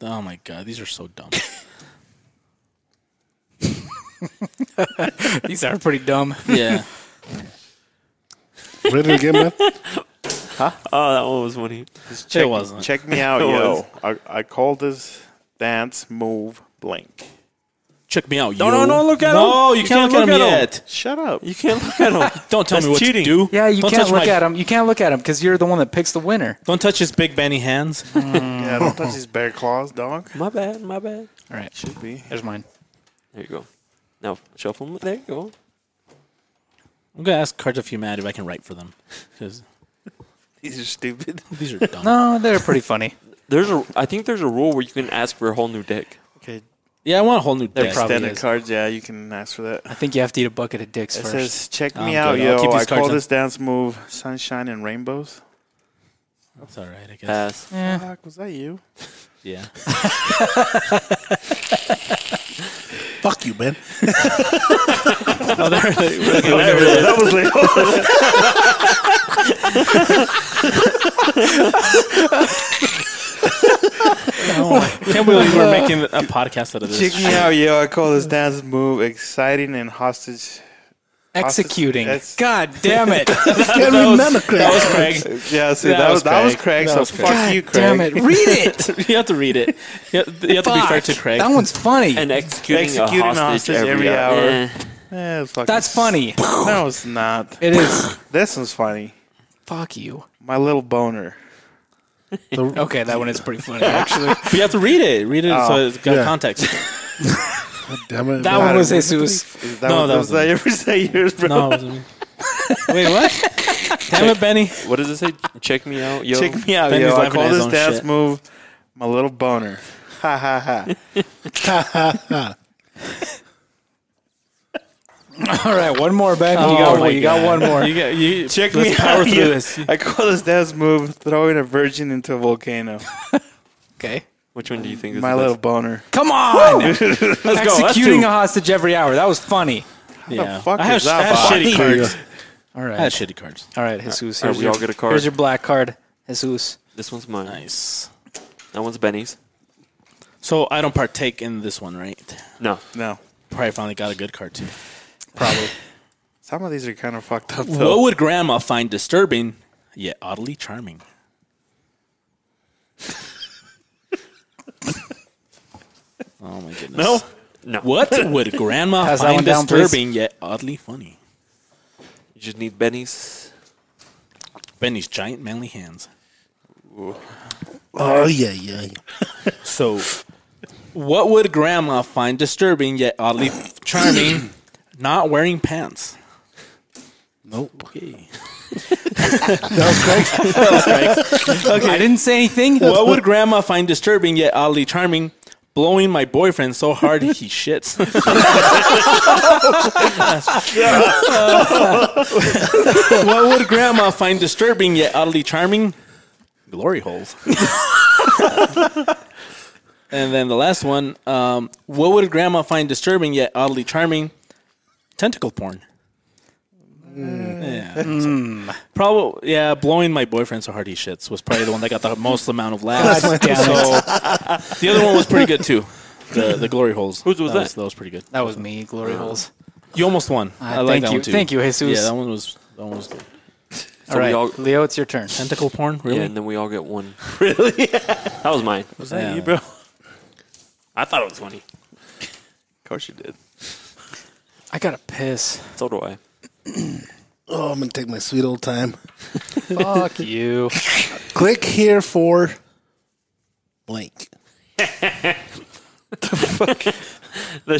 C: Oh my god, these are so dumb.
E: These are pretty dumb.
C: yeah.
A: Read it again, man.
G: Oh, that one was funny.
F: Says,
C: It
F: check,
C: wasn't.
F: Check me out,
G: It
F: yo. I, I call this dance move blank.
C: Check me out.
G: No,
C: yo.
G: no, no, look at
C: No,
G: him.
C: you, can't, look at him yet.
F: Shut up.
G: You can't look at him.
C: Don't tell
G: That's
C: me what
G: cheating.
C: to do.
E: Yeah, you
C: Don't
E: can't
C: touch
E: look
C: my-
E: at him. You can't look at him because you're the one that picks the winner.
C: Don't touch his big banny hands.
F: Yeah, don't touch these bear claws, dog.
G: my bad, my bad.
E: All right.
F: Should be.
E: There's mine.
G: There you go. Now shuffle them. There you go.
C: I'm gonna ask Cards of Humanity if I can write for them because
F: These are stupid.
C: these are dumb.
E: No, Oh, they're pretty funny.
G: There's a. I think there's a rule where you can ask for a whole new deck.
F: Okay.
C: Yeah, I want a whole new deck.
E: probably
F: Standard
E: is.
F: cards, yeah, you can ask for that.
E: I think you have to eat a bucket of dicks
F: It
E: first.
F: says, check
C: I'm
F: me
C: good.
F: out,
C: I'll
F: yo.
C: keep these
F: I
C: cards
F: call
C: in.
F: this dance move sunshine and rainbows.
C: That's all right, I guess.
G: Pass.
E: Eh,
F: Fuck, was that you?
C: yeah.
A: Fuck you, man.
C: Oh, there, there,
F: that was Leo.
C: Oh, can't believe we're making a podcast out of this.
F: check me out, yo. I call this dance move exciting and hostage.
E: executing.
F: That's-
E: God damn it.
A: Can't read none of Craig.
C: That was Craig.
F: Yeah, see,
C: That
F: that,
C: was
F: was, that was
C: Craig.
F: Craig.
C: That
F: so
C: was Craig.
F: fuck you, Craig.
E: damn it. Read it.
C: you have to read it. You have, you have to be fair to Craig.
E: That one's funny.
G: And executing,
F: Executing
G: a hostage, every, hour. Eh.
F: Eh, it's fucking-
E: That's funny.
F: No, it's not.
E: It is.
F: This one's funny.
E: Fuck you.
F: My little boner.
E: Okay, that one is pretty funny, actually.
C: But you have to read it. Read it so it's got
A: yeah.
C: context.
A: Damn it.
E: That
A: man.
E: one was Jesus.
F: Is that
C: No,
F: what
C: that
F: was that ever say yours, bro?
C: No, it wasn't me. Wait, what? Damn it, Benny.
G: What does it say? Check me out, yo.
F: Check me out,
C: Benny's
F: yo. I
C: laughing at
F: call
C: his
F: this
C: own
F: dance
C: shit.
F: move my little boner. Ha ha ha.
E: All right, one more, Ben.
C: Oh
E: you got,
C: my
E: one. you got
C: God.
E: one more.
C: You got, you,
F: Check
C: let's
F: me
C: power
F: out,
C: through
F: yo.
C: this.
F: I call this dance move throwing a virgin into a volcano.
E: Okay.
G: Which one do you think is
F: My
G: the
F: little
G: best?
F: boner.
E: Come on.
G: Let's go.
E: Executing a hostage every hour. That was funny.
C: Yeah.
F: fuck
C: I have,
F: is that
C: I have
F: about?
C: shitty
A: There you
C: cards.
E: All
C: I have
E: right.
C: shitty cards.
E: All right, Jesus.
G: All right,
E: Here's
G: we
E: your,
G: all get a card.
E: here's your black card, Jesus.
G: This one's mine.
C: Nice.
G: That one's Benny's.
C: So I don't partake in this one, right?
G: No.
F: No.
C: Probably finally got a good card too.
F: Some of these are kind of fucked up,
C: What
F: though.
C: would Grandma find disturbing, yet oddly charming? oh my goodness!
G: No.
C: What would Grandma
E: Pass that
C: find
E: one down, please.
C: disturbing yet oddly funny?
G: You just need bennies.
C: Benny's giant manly hands.
A: Oh yeah, yeah.
C: So, what would grandma find disturbing yet oddly charming? Not wearing pants.
A: Nope.
E: I didn't say anything.
C: What would grandma find disturbing yet oddly charming? Blowing my boyfriend so hard he shits. what would grandma find disturbing yet oddly charming? Glory holes. and then the last one. Um, what would grandma find disturbing yet oddly charming? Tentacle porn.
E: Mm.
C: Yeah. Probably, yeah. Blowing my boyfriend so hard he shits was probably the one that got the most amount of laughs. so the other one was pretty good too. The the glory holes.
G: Whose was that?
C: that was pretty good.
E: That was me, Glory Holes.
C: You almost won. I like
E: Ah, thank
C: that
E: you.
C: one too.
E: Thank you, Jesus.
C: Yeah, that one was that one was good.
G: So
E: all right,
G: we all,
E: Leo, it's your turn.
C: Tentacle porn, really?
G: yeah, and then we all get one. Really? that was mine.
C: was that you,
F: bro?
G: I thought it was funny.
D: Of course you did.
E: I gotta piss.
G: So do I.
A: Oh, I'm gonna take my sweet old time.
E: Fuck you.
A: Click here for blank.
G: That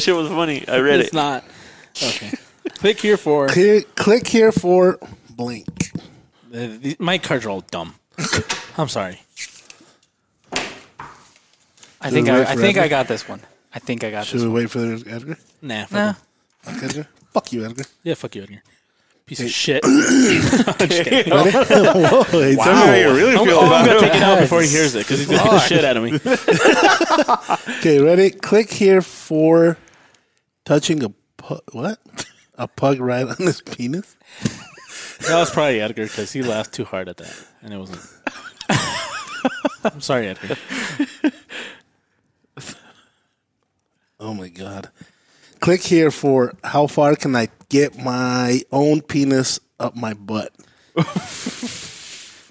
G: shit was funny. I read
C: It's
G: it.
C: not. Okay. Click here for
A: Click, click here for blank.
C: the- the- my cards are all dumb. I'm sorry.
E: I think
A: we
E: I,
A: wait
E: I
A: for
E: think
A: Edgar?
E: I got this one. I think I got
A: Should
E: this.
A: we wait for the Edgar?
C: Nah. Fuck
E: Nah.
C: them.
A: Fuck Edgar. Fuck you, Edgar.
C: Yeah. Fuck you, Edgar. Piece of shit.
A: Whoa, it's
D: you really
C: I'm,
G: Oh
C: I'm gonna take it out before he hears it because he's gonna beat the shit out of me.
A: Okay, ready? Click here for touching a pu- what? A pug right on his penis?
C: That was probably Edgar because he laughed too hard at that, and it wasn't. I'm sorry, Edgar.
A: Oh my god. Click here for how far can I get my own penis up my butt?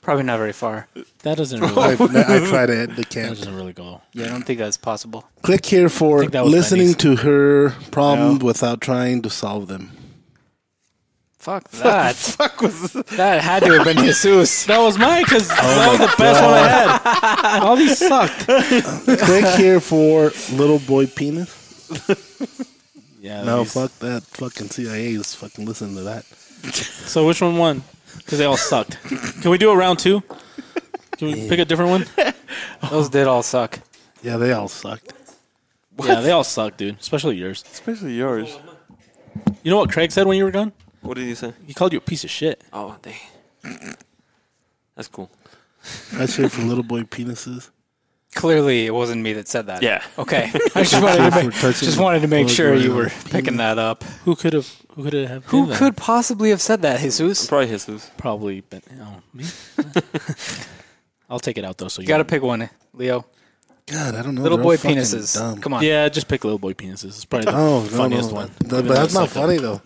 E: Probably not very far.
C: That doesn't really.
A: I,
C: that
A: I try to end the camp.
C: doesn't really go.
E: Yeah, I don't think that's possible.
A: Click here for
C: think that was
A: listening to her problem without trying to solve them.
E: Fuck that. Fuck was that had to have been Jesus.
C: That was mine because that was the best one I had. All these sucked.
A: Click here for little boy penis.
C: Yeah.
A: No,
C: these-
A: fuck that. Fucking CIA is fucking listening to that.
C: So which one won? Because they all sucked. Can we do a round two? Can we pick a different one?
E: Those did all suck.
A: Yeah, they all sucked.
C: Yeah, they all suck, dude. Especially yours.
D: Especially yours.
C: You know what Craig said when you were gone?
G: What did you say?
C: He called you a piece of shit.
G: Oh, dang. That's cool.
A: That's here for little boy penises.
E: Clearly, it wasn't me that said that.
G: Yeah.
E: Okay. I just wanted to
A: For
E: make,
A: touching
E: just wanted to make
A: pug
E: sure
A: right
E: you
A: on
E: were
A: his
E: picking that up.
C: Who could have? Who could have?
E: Who could possibly have said that, Jesus?
G: Oh, Probably Jesus.
C: probably? But oh, me. I'll take it out though. So you
E: You got to pick one, Leo.
A: God, I don't know.
E: Little
A: They're
E: boy
A: all fucking
E: penises.
A: dumb.
E: Come on.
C: Yeah, just pick little boy penises. It's probably the
A: Oh, no,
C: funniest
A: no,
C: one.
A: that-
C: Even
A: but
C: though
A: that's
C: it
A: not
C: sucked.
A: funny though.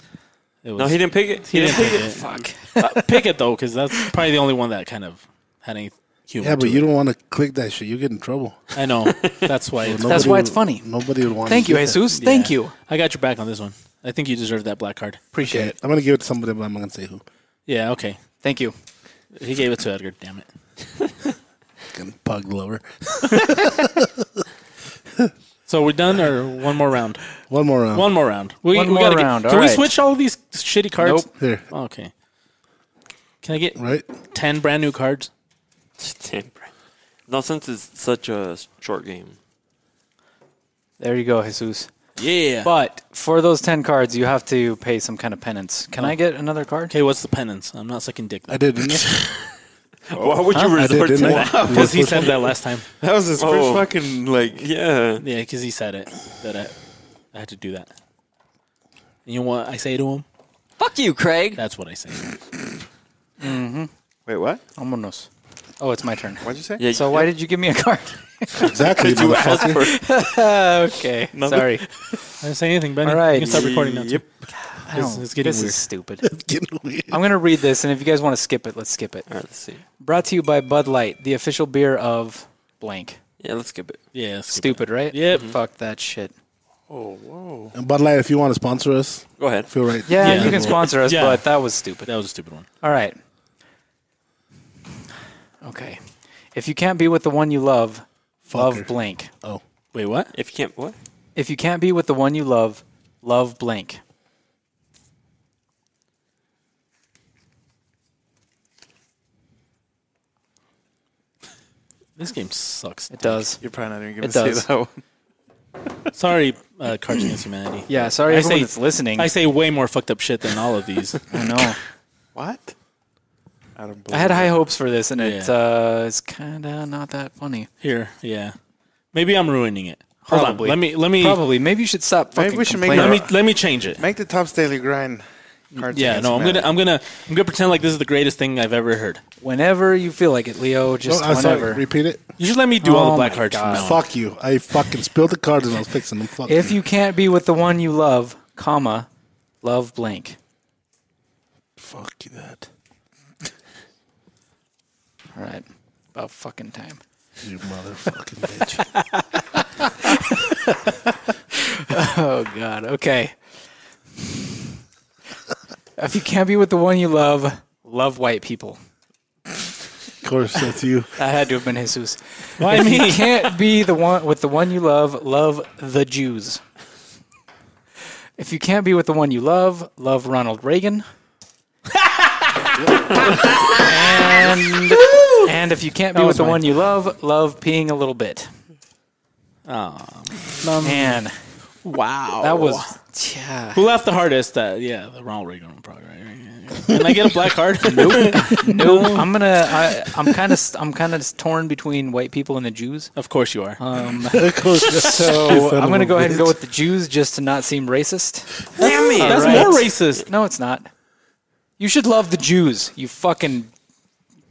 C: It
G: No,
C: was,
G: he didn't pick it. He, didn't pick it.
E: Fuck.
C: pick it though, because that's probably the only one that kind of had any humor.
A: Yeah,
C: to
A: but you
C: it.
A: don't want to click that shit. You get in trouble.
C: I know. That's why.
E: That's
C: it's,
A: Nobody
E: why it's
A: would-
E: funny.
A: Nobody would want.
E: Thank
A: to
E: you,
A: do that.
E: Jesus. Thank you.
C: I got your back on this one. I think you deserve that black card.
E: Appreciate
A: Okay,
E: it.
A: I'm gonna give it to somebody, but I'm not gonna say who.
C: Yeah. Okay.
E: Thank you.
C: He gave it to Edgar. Damn it.
A: Fucking pug lover.
C: So we're done, or one more round?
A: One more round.
C: One more round. We,
E: One
C: we
E: more
C: gotta get-
E: round,
C: Can we
E: alright.
C: switch all these shitty cards?
A: Here,
C: Okay. Can I get
A: right?
C: ten brand new cards?
G: Damn, bro. No, since it's such a short game.
E: There you go, Jesus.
C: Yeah.
E: But for those 10 cards, you have to pay some kind of penance. Can I get another card?
C: Okay, what's the penance? I'm not sucking dick.
A: I did, didn't I?
G: Oh. Why would you
A: I did,
G: resort to
A: didn't I?
G: that?
A: You were
C: Because he
A: first
C: said
A: one.
C: that last time.
D: That was his
G: Oh.
D: first fucking like.
G: Yeah.
C: Yeah, because he said it that I, I had to do that. And you know what I say to him?
H: Fuck you, Craig.
C: That's what I say.
D: Wait, what?
E: Almonos. Oh, it's my turn.
D: What'd you say?
G: Yeah.
E: So why did you give me a card?
A: Exactly.
G: you
A: motherfucker.
G: ask for?
E: okay. Sorry.
C: I didn't say anything, Benny.
E: All right.
C: You can stop recording now. too.
D: Yep.
E: I don't-
C: This is getting
E: this
C: weird.
E: is stupid.
A: Getting weird.
E: I'm going to read this, and if you guys want to skip it, let's skip it.
G: All right, let's see.
E: Brought to you by Bud Light, the official beer of blank.
G: Yeah, let's skip it.
C: Yeah, skip it.
E: Stupid, right?
C: Yep.
E: Fuck that shit.
F: Oh, whoa.
A: And Bud Light, if you want to sponsor us,
G: Go ahead.
A: feel right.
E: Yeah,
C: Yeah.
E: you can sponsor us,
C: Yeah.
E: but that was stupid.
C: That was a stupid one.
E: All right. Okay. If you can't be with the one you love,
A: Fucker.
E: love blank.
C: Wait, what?
G: If you can't, what?
E: If you can't be with the one you love, love blank.
C: This game sucks.
E: It does.
F: You're probably not even going
E: It
F: to say
E: does.
F: that one.
C: Sorry, uh, Cards Against Humanity.
E: Yeah, sorry
C: I
E: everyone
C: say-
E: that's listening.
C: I
E: I,
C: say way more fucked up shit than all of these.
E: know.
F: What? I don't believe
E: I had
F: it.
E: high hopes for this, and it
C: Yeah.
E: uh, it's kind of not that funny.
C: Here, yeah. Maybe I'm ruining it. Hold
E: Probably.
C: on. Let me let me
E: Probably. Maybe you should stop.
F: Maybe
E: fucking
F: we should make
E: complaining.
C: let me let me change it.
F: Make the Tom Staley grind. Cards
C: Yeah,
F: Against
C: no, I'm gonna
F: Humanity.
C: I'm gonna I'm gonna pretend like this is the greatest thing I've ever heard.
E: whenever you feel like it,
F: Oh,
E: Leo. Just
A: No, I'm sorry,
E: whenever.
A: repeat it.
C: You should let me do all
E: Oh
C: the black
E: my
C: cards from
E: God.
C: now on.
A: Fuck you. I fucking spilled the cards and I was fixing them. Fuck
E: If you can't be with the one you love, comma, love blank.
F: Fuck you, that.
E: All right. About fucking time.
A: You motherfucking bitch.
E: Oh God. Okay. if you can't be with the one you love, love white people.
A: Of course, that's you.
E: That had to have been Jesus.
C: Why
E: if
C: me?
E: you can't be the one with the one you love, love the Jews. If you can't be with the one you love, love Ronald Reagan. and, and if you can't be with the one you love, love peeing a little bit. Oh man,
C: Wow.
E: that was yeah.
C: Who laughed the hardest? Uh, yeah, the Ronald Reagan one, probably. Right? Yeah. Can I get a black card?
E: No, I'm gonna. I, I'm kind of. I'm kind of torn between white people and the Jews.
C: Of course you are.
E: Um,
A: Of course.
E: so
A: son
E: I'm
A: of
E: gonna
A: a
E: go ahead and go
A: bitch.
E: with the Jews just to not seem racist.
C: Damn it! That's
E: Alright.
C: more racist.
E: No, it's not. You should love the Jews. You fucking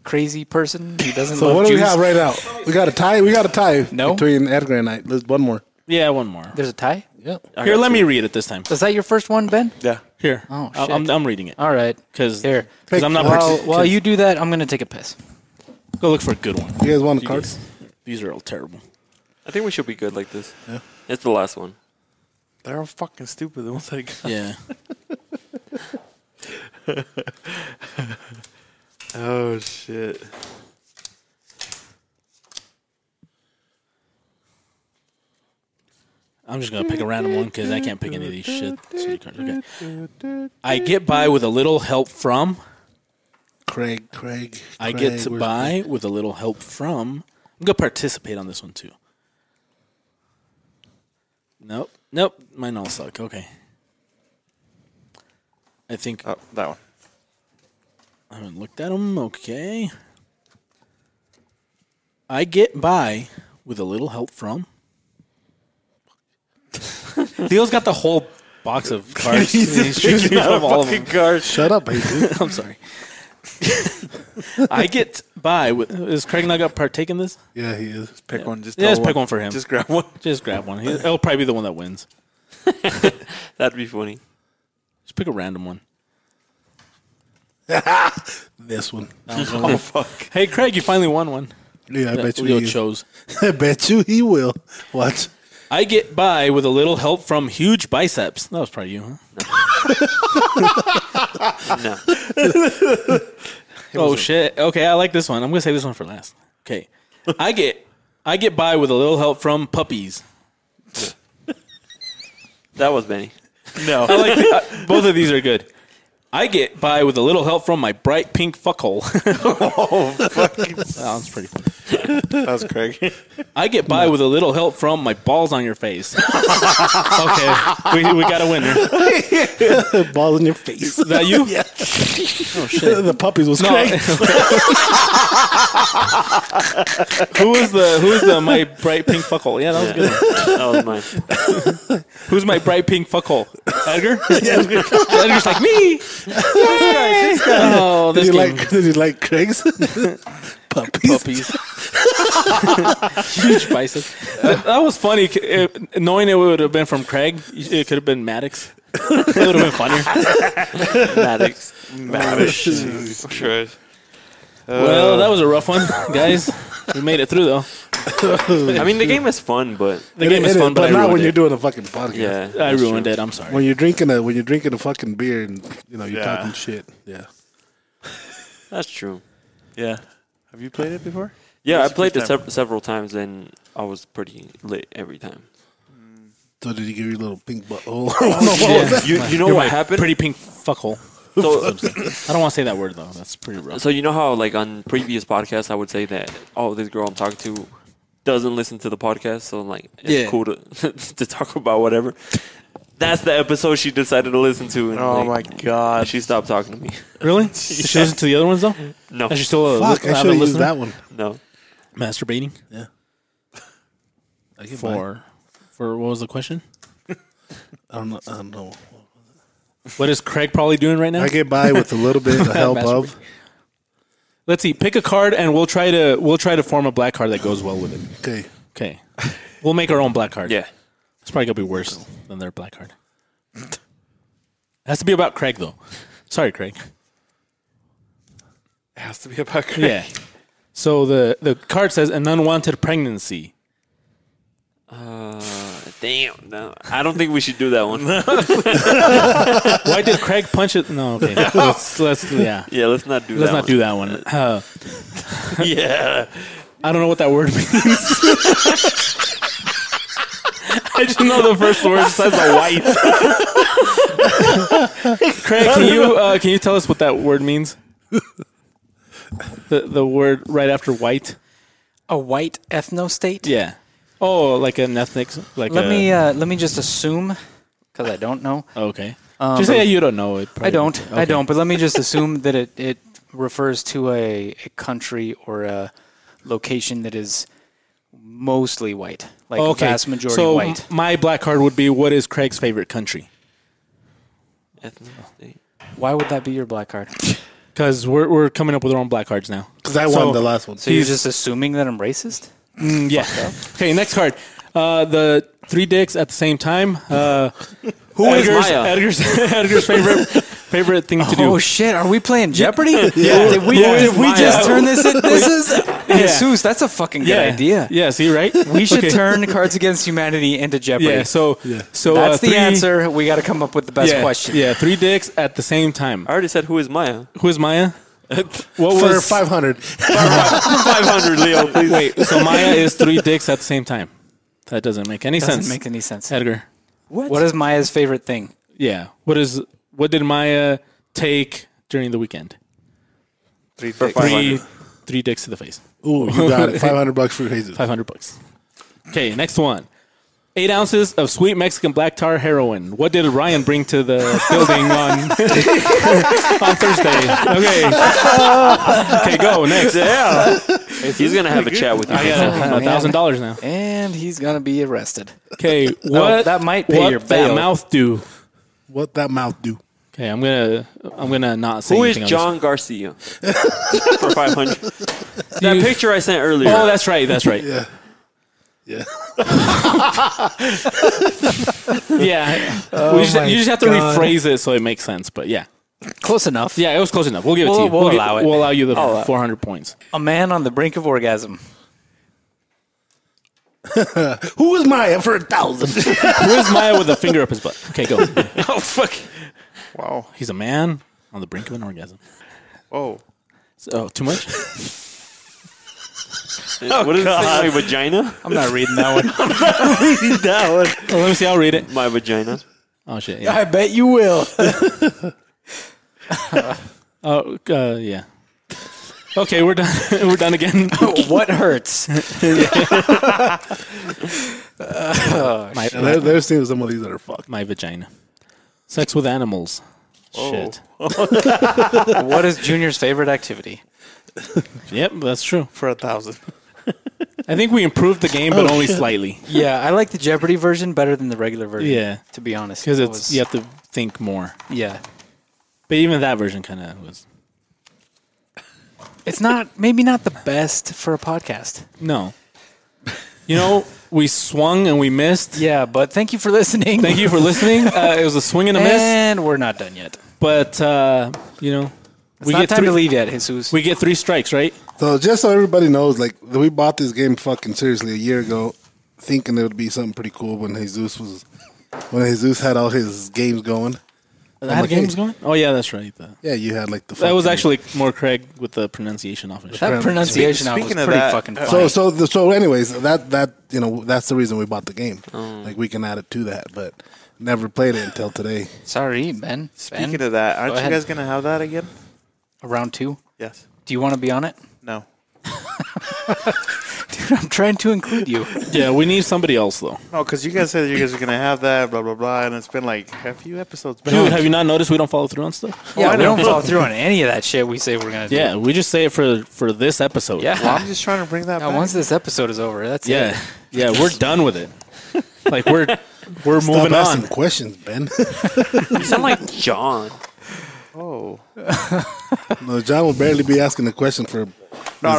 E: crazy person who doesn't
A: So
E: love
A: what do
E: Jews.
A: we have right now? We got a tie. We got a tie
E: No.
A: between Edgar and I. There's one more.
C: Yeah, one more.
E: There's a tie.
C: Here, let me read it this time.
E: Is that your first one, Ben?
F: Yeah.
C: Here.
E: Oh,
C: I- I'm,
E: shit.
C: I'm reading it
E: All right.
C: because
E: Here.
C: I'm not.
E: While,
C: partic-
E: while you do that, I'm gonna take a piss.
C: go look for a good one.
A: You guys want a
C: You
A: card?
C: guys- These are all terrible.
G: I think we should be good like this. Yeah. It's the last one.
F: They're all fucking stupid, the ones I got.
C: Yeah.
F: Oh, shit.
C: I'm just gonna pick a random one because I can't pick any of these shit. silly cards. Okay. I get by with a little help from.
A: Craig, Craig.
C: I
A: Craig,
C: get to
A: where's-
C: buy with a little help from. I'm gonna participate on this one too. Nope. Nope. Mine all suck. Okay. I think
F: Oh, that one.
C: I haven't looked at them. Okay. I get by with a little help from. Leo's got the whole box of cards. He's drinking out of all of them.
A: Shut up, hey, dude.
C: I'm sorry. I get by with. Is Craig not gonna partake in this?
A: Yeah, he is.
F: Pick one. Just
C: Yeah,
F: tell
C: just pick one for him.
F: Just grab one.
C: Just grab one. He- It'll probably be the one that wins.
G: That'd be funny.
C: Just pick a random one.
A: This one.
C: oh fuck! Hey Craig, you finally won one.
A: Yeah, I bet you.
C: Leo
A: he-
C: chose.
A: I bet you he will. What?
C: I get by with a little help from huge biceps. That was probably you, huh?
G: No.
C: Oh shit. Okay, I like this one. I'm gonna save this one for last. Okay. I get I get by with a little help from puppies.
G: that was Benny.
C: I like I- both of these are good. I get by with a little help from my bright pink fuckhole. That was pretty funny.
F: That was Craig.
C: I get by with a little help from my balls on your face. okay, we, we got a winner. Is
A: Ball in your face.
C: that you? Yeah.
A: the puppies was
C: No.
A: Craig.
C: who was the who was the my bright pink fuckhole? Yeah, that was
G: Yeah.
C: good.
G: that was mine.
C: Who's my bright pink fuckhole? Edgar? Edgar's like me. Yay! Oh,
A: Did
C: this
A: he
C: game.
A: like? Did he like Craig's puppies?
C: puppies. Huge biceps. That, that was funny. C- it- knowing it would have been from Craig, it could have been Maddox. it would have been
A: Uh,
C: funnier.
G: Maddox.
F: Mavish.
G: Sure.
C: well, that was a rough one, guys. We made it through though.
G: I mean, the game is fun, but
C: The game is fun, but, I
A: not
C: ruined
A: when you're
C: it.
A: doing a fucking podcast.
G: yeah,
C: I
G: that's
C: ruined
G: true.
C: it. I'm sorry.
A: When you're drinking a when you're drinking a fucking beer and you know you're
F: Yeah.
A: talking shit. Yeah.
G: That's true.
F: Yeah. Have you played it before?
G: Yeah,
F: That's
G: I
F: the
G: played it
F: first time.
G: sev- several times, and I was pretty lit every time.
A: So did he give you a little pink butthole?
F: Oh,
G: You, you know
C: You're
G: what
C: my
G: happened?
C: Pretty pink fuckhole.
G: so,
C: I don't want to say that word though. That's pretty rough.
G: so you know how like on previous podcasts I would say that oh this girl I'm talking to doesn't listen to the podcast, so like it's
C: Yeah.
G: cool to to talk about whatever. That's the episode she decided to listen to, and
F: Oh
G: like,
F: my god.
G: she stopped talking to me.
C: Really? Did she listen to the other ones though?
G: No,
C: Is she still a,
A: Fuck,
C: a
A: I should have used
C: listener?
A: that one.
G: no.
C: Masturbating
A: I get mine.
C: for for what was the question?
A: I don't know. I don't know.
C: What is Craig probably doing right now?
A: I get by with a little bit of help of.
C: Let's see. Pick a card, and we'll try to we'll try to form a black card that goes well with it.
A: Okay.
C: Okay. We'll make our own black card.
G: Yeah,
C: It's probably gonna be worse than their black card. It has to be about Craig though. Sorry, Craig.
F: It has to be about Craig.
C: Yeah. So the the card says an unwanted pregnancy.
G: damn. No, I don't think we should do that one.
C: Why did Craig punch it? No. Okay. Let's, let's yeah.
G: yeah, let's not do
C: Let's
G: that.
C: not do that one. Uh,
G: that. yeah,
C: I don't know what that word means. I just know the first word says a white. Craig, can you uh, can you tell us what that word means? The the word right after white.
E: A white ethno state.
C: Yeah. Oh, like an ethnic. Like
E: Let
C: a- oh,
E: me uh, let me just assume, because I don't know.
C: Okay.
E: Um,
C: just say you don't know it.
E: I
C: probably-
E: don't. I
C: okay.
E: don't. But let me just assume that it, it refers to a, a country or a location that is mostly white, like
C: Okay.
E: vast majority
C: so
E: white.
C: m- my black card would be what is Craig's favorite country?
G: Ethnic state.
E: Why would that be your black card?
C: Because we're we're coming up with our own black cards now.
A: Because I
C: So-
A: won the last one.
E: So you're just assuming that I'm racist?
C: Mm, yeah. Okay, next card. Uh, the three dicks at the same time. Uh, who
G: is
C: Edgar's,
G: Maya?
C: Edgar's, Edgar's favorite favorite thing to do?
E: Oh shit! Are we playing Jeopardy? Did we,
C: Yeah.
E: did we
C: Maya.
E: just turn this? In? This is Jesus. That's a fucking good
C: yeah.
E: idea.
C: Yeah. See, right?
E: We should
C: Okay.
E: turn Cards Against Humanity into Jeopardy.
C: Yeah. So, so uh,
E: That's the
C: three-
E: answer. We got to come up with the best
C: yeah,
E: question.
C: Yeah. Three dicks at the same time.
G: I already said who is Maya.
C: Who is Maya? What
A: For
C: was
A: five hundred.
G: Five hundred, Leo. Please.
C: Wait. So Maya is three dicks at the same time. That doesn't make any
E: Doesn't
C: sense.
E: make any sense.
C: Edgar.
E: What is Maya's favorite thing?
C: Yeah. What is? What did Maya take during the weekend?
F: Three for
C: Three, three dicks to the face.
A: Ooh, you got it. Five hundred bucks for Jesus.
C: 500 bucks. Okay, next one. Eight ounces of sweet Mexican black tar heroin. What did Ryan bring to the building on, on Thursday? Okay. Okay, go next.
G: Yeah, he's gonna have a chat with you.
C: I got a
E: man.
C: thousand dollars now.
E: And he's gonna be arrested.
C: Okay, what
E: Oh, that might pay
C: what
E: your
C: that
E: bail.
C: mouth do?
A: What that mouth do?
C: Okay, I'm gonna I'm gonna not say
G: Who is
C: anything on
G: John Garcia for five hundred?
C: this.
G: That
C: You-
G: picture I sent earlier.
C: Oh, that's right. That's right.
A: Yeah. Yeah.
C: Yeah,
E: Oh
C: we just, you just have to rephrase it so it makes sense. But yeah,
E: Close enough.
C: yeah, it was close enough. We'll give it to
E: We'll-
C: you.
E: we'll
C: gi-
E: allow it.
C: We'll allow you the 400 points.
E: A man on the brink of orgasm.
A: Who is Maya for a thousand?
C: Where's Maya with a finger up his butt? Okay, go.
G: oh fuck!
F: Wow.
C: He's a man on the brink of an orgasm.
F: Oh.
C: So, too much? Oh,
G: what is God. my vagina?
E: I'm not reading that one.
G: that one.
C: let me see. I'll read it.
G: My vagina.
C: Oh shit. Yeah.
E: bet you will.
C: Oh uh, yeah. Okay, we're done. we're done again.
E: what hurts?
C: My,
A: and there, there's seen some of these that are fucked.
C: my vagina. Sex with animals.
E: Oh.
C: Shit.
E: what is Junior's favorite activity?
C: Yep, that's true.
F: For a thousand.
C: I think we improved the game, but
E: Oh,
C: only slightly.
E: Yeah, I like the Jeopardy version better than the regular version.
C: Yeah,
E: To be honest,
C: because
E: That
C: it's
E: was-
C: you have to think more.
E: yeah.
C: But even that version kind of was
E: It's not maybe not the best for a podcast.
C: no. You know, we swung and we missed.
E: Yeah, but thank you for listening.
C: Thank you for listening. Uh, it was a swing and a miss,
E: And we're not done yet.
C: but uh, you know,
E: It's not time
C: three,
E: to leave yet, Jesus.
C: We get three strikes, right?
A: So just so everybody knows, like we bought this game fucking seriously a year ago, thinking it would be something pretty cool when Jesus was when Jesus had all his games going.
C: How the
A: like,
C: game's
A: hey.
C: going? Oh yeah, that's right. The-
A: Yeah, you had like the
C: that was
A: fucking-
C: actually more Craig with the pronunciation off his shit.
E: That pronunciation out was
F: speaking of
E: pretty
F: that,
E: fucking
F: uh,
E: funny.
A: so so the, so. Anyways, that that you know that's the reason we bought the game.
F: Oh.
A: Like we can add it to that, but never played it until today.
E: Sorry, Ben.
F: Speaking
E: ben,
F: of that, aren't
E: go
F: you
E: ahead.
F: guys gonna have that again?
E: round two,
F: Yes.
E: do you want to be on it?
F: No.
E: I'm trying to include you.
C: Yeah, we need somebody else though.
F: No, because you guys said you guys are gonna have that, blah blah blah, and it's been like a few episodes back.
C: Dude, have you not noticed we don't follow through on stuff?
E: yeah, we don't follow through on any of that shit we say we're gonna do.
C: Yeah, we just say it for for this episode.
E: yeah.
F: well, I'm just trying to bring that
E: Now,
F: back.
E: once this episode is over, that's
C: yeah,
E: it.
C: yeah. We're done with it. Like we're we're
A: Stop
C: moving
A: asking
C: on.
A: questions, Ben.
G: You sound like John.
F: oh
A: no, John will barely be asking a question for
F: no,
A: this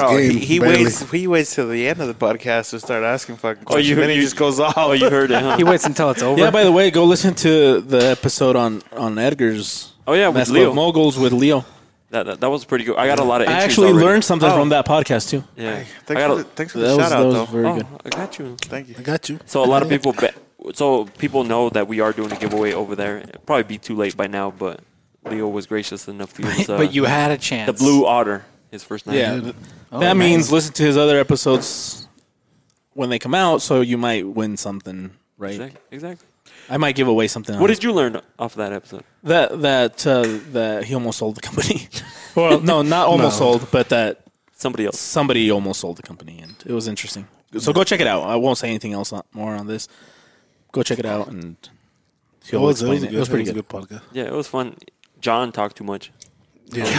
F: no,
A: game.
F: he, he
A: barely.
F: waits. He waits till the end of the podcast to start asking fucking
G: Oh,
F: questions.
G: you-
F: then he
G: you-
F: just goes off.
G: Oh, you heard it, huh?
E: He waits until it's over.
C: Yeah. By the way, go listen to the episode on on Edgar's.
G: Oh, yeah, with
C: Messed
G: Leo.
C: Up moguls with Leo.
G: That, that, that was pretty good. I got a lot of.
C: I
G: entries
C: actually
G: already.
C: learned something
F: Oh.
C: from that podcast too.
G: Yeah, I
F: Thanks
G: got
F: for
G: a-
F: the, thanks for
C: That
F: the
C: was
F: shout
C: that
F: out
C: was
F: though.
C: very
G: oh,
C: good.
G: I got you.
F: Thank you.
A: I got you.
G: So a lot of people, be- so people know that we are doing a giveaway over there. It'd probably be too late by now, but Leo was gracious enough to give us. Uh,
E: but you had a chance.
G: the blue otter, his first name.
C: Yeah,
E: Oh,
C: that
E: nice.
C: means listen to his other episodes when they come out, so you might win something. Right,
G: exactly. exactly.
C: I might give away something.
G: What
C: on
G: did you learn off of that episode?
C: That that uh, that he almost sold the company. well, no, not almost sold, but that
G: Somebody else.
C: somebody almost sold the company, and it was interesting. So go check it out. I won't say anything else on, more on this. Go check it out, and he'll
A: It was, it
C: explain
A: Oh, was a
C: it. It
A: good-
C: was pretty
A: it was
C: good.
A: a good podcast.
G: Yeah, it was fun. John talked too much.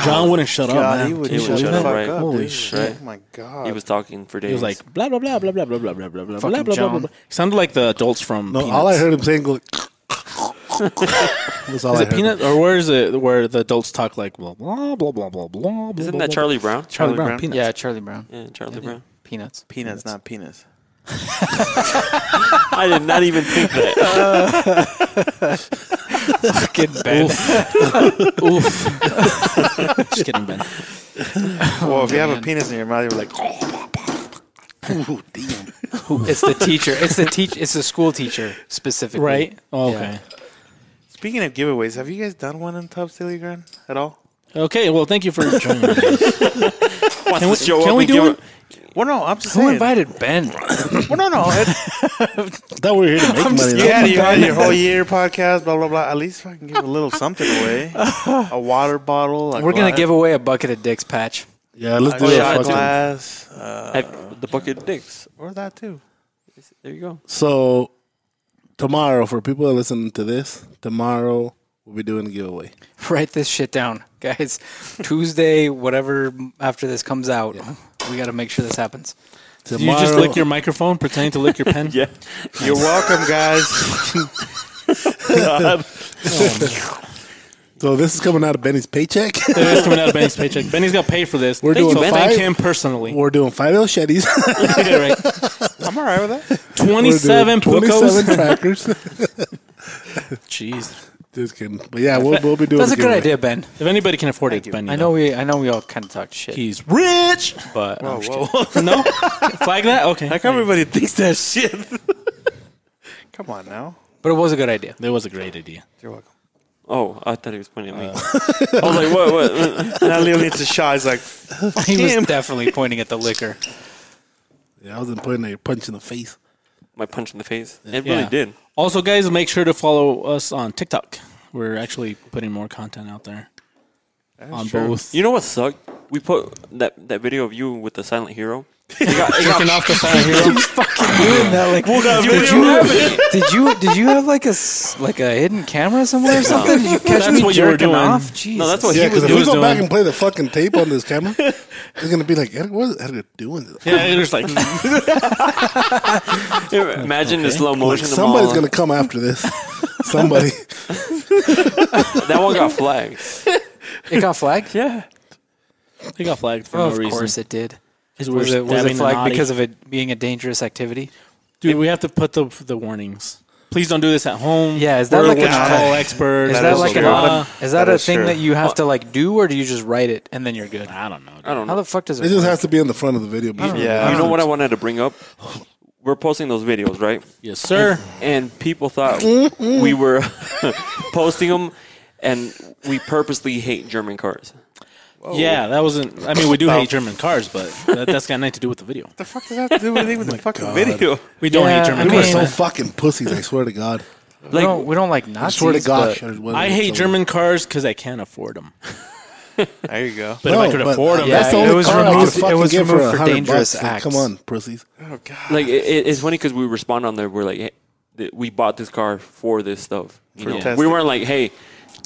C: John wouldn't shut up, man.
F: he would
G: He would
F: shut
G: shut
F: the
G: up,
F: fuck
G: right?
F: up.
C: Holy
F: dude.
G: shit.
F: Oh my god.
G: He was talking for days.
C: He was like blah blah blah blah blah blah blah blah blah blah
E: Fucking
C: blah blah blah.
E: John.
C: blah. He sounded like the adults from.
A: No,
C: Peanuts.
A: all I heard him saying was. That's all
C: Is
A: I
C: it
A: heard.
C: peanut or where is it where the adults talk like blah blah blah blah blah blah? blah,
G: "Isn't
C: blah,
G: that Charlie Brown?"
C: Blah. Charlie
F: Charlie
C: Brown?
F: Brown?
C: Peanuts.
E: Yeah, Charlie Brown.
G: Yeah, Charlie Brown.
E: Peanuts.
F: peanuts, not penis.
G: I did not even think that.
E: Get Ben.
C: Oof. Just kidding, Ben.
F: well, if you have a penis in your mouth, you're like, "Oh."
E: It's the teacher. It's the teach. It's the school teacher specifically.
C: Right? Okay.
F: Speaking of giveaways, have you guys done one in Top Silly Grand at all?
C: Okay. Well, thank you for joining. us.
G: Wants to show
C: can
G: up
C: we
G: and
C: do
G: give
C: it?
G: him-
F: Well, no, I'm just
E: Who
F: saying.
E: invited Ben?
F: Well, no, no. It,
A: I thought we were here to make money.
F: you had, you had your whole year podcast, blah blah blah. At least fucking give a little something away. A water bottle. A
E: We're gonna
F: gla-
E: give away a bucket of dicks, Patch.
A: Yeah, let's do
F: a
A: that.
F: shot
A: fucking-
F: glass, uh,
G: Have the bucket of dicks.
F: or that too.
G: There you go.
A: So tomorrow, for people that listen to this, tomorrow we'll be doing a giveaway.
E: Write this shit down, guys. Tuesday, whatever after this comes out, we got to make sure this happens.
C: Did you just lick your microphone, pretending to lick your pen.
G: Yeah.
F: You're welcome, guys.
A: So this is coming out of Benny's paycheck.
C: It is coming out of Benny's paycheck. Benny's got paid for this.
A: We're doing
C: so
A: Ben.
C: thank
A: five-
C: him personally.
A: We're doing five El Shaddies.
C: Yeah, right.
F: I'm all right with that.
A: We're doing
C: Twenty-seven pucos.
A: Twenty-seven trackers.
C: Jeez.
A: just kidding. But yeah, we'll, we'll be doing.
E: That's a good
A: giveaway.
E: idea, Ben.
C: If anybody can afford it, it's Ben.
E: I know we. I know we all kind of talked shit,
C: he's rich.
E: but
F: Whoa,
E: I'm just
F: whoa.
C: no, flag that. Okay.
F: Like everybody thinks that shit. Come on now.
E: kidding. but it was a good idea.
C: That was a great idea.
F: You're welcome.
G: Oh, I thought he was pointing at me.
C: Uh.
G: I was like, "What? What?"
F: Now Leo needs a shot. He's like,
E: He
F: Damn.
E: was definitely pointing at the liquor.
A: Yeah, I wasn't putting a punch in the face.
G: my punch in the face. It
C: Yeah.
G: really did.
C: Also, guys, make sure to follow us on TikTok. We're actually putting more content out there on both.
G: You know what sucked? We put that that video of you with the silent hero. It got, it got,
C: Kicking off the silent hero.
E: Did you, did you did you have like a s- like a hidden camera somewhere or something? Did you catch
C: That's
E: me
C: what you were
E: jerking
C: doing.
E: off? Jesus.
G: no, that's what
A: Yeah,
G: he
A: because
G: was
A: if
G: doing.
A: we go
C: doing-
A: back and play the fucking tape on this camera, it's gonna be like, Eric, what is Eric doing?
C: Yeah, it was like
G: Imagine the slow
A: Like,
G: motion. them
A: somebody's
G: all.
A: gonna come after this. Somebody.
G: That one got flagged.
E: It got flagged.
G: Yeah.
C: they got flagged for
E: Oh,
C: no
E: of
C: reason.
E: course it did.
C: Because we
E: Was
C: were
E: it, was
C: stabbing
E: it
C: the
E: flagged
C: naughty-
E: because of it being a dangerous activity?
C: dude? We have to put the the warnings. please don't do this at home.
E: Yeah, is that
C: We're
E: like a-
C: what you call experts?
E: Is
F: That
E: that
F: is
E: like an
F: true.
E: auto, is that,
D: That
E: a
D: is
E: thing
D: true.
E: that you have to like do, or do you just write it and then you're good?
C: I don't know. dude.
G: I don't
E: How
G: know.
E: the fuck does it?
A: It just
E: work?
A: has to be in the front of the video. before-
F: Yeah.
G: you know what I wanted to bring up? We're posting those videos, right?
C: Yes, sir.
G: And people thought we were posting them, and we purposely hate German cars.
C: Uh, Yeah, that wasn't. I mean, we do hate German cars, but that, that's got nothing to do with the video.
F: the fuck does that have to do anything with the fucking video?
C: We don't
E: Yeah,
C: hate
E: I
C: German
A: We
E: mean-
A: were
C: cars.
A: so
C: man.
A: fucking pussies. I swear to God.
E: we
G: Like,
E: don't, we don't like
A: I
E: Nazis.
A: swear to God.
E: but-
C: I hate German cars because I can't afford them.
F: There you go.
C: But if I could afford them,
E: Yeah,
A: that's the
E: it
A: only
E: was
A: car I
E: removed-
A: could fucking
E: it was
A: get for
E: removed for
A: 100
E: dangerous
A: bucks. Like,
E: acts.
A: Come on, pussies.
F: Oh,
G: like it, it- it's funny because we respond on there. We're like, hey, th- we bought this car for this stuff. You know?
F: testing.
G: We weren't like, hey,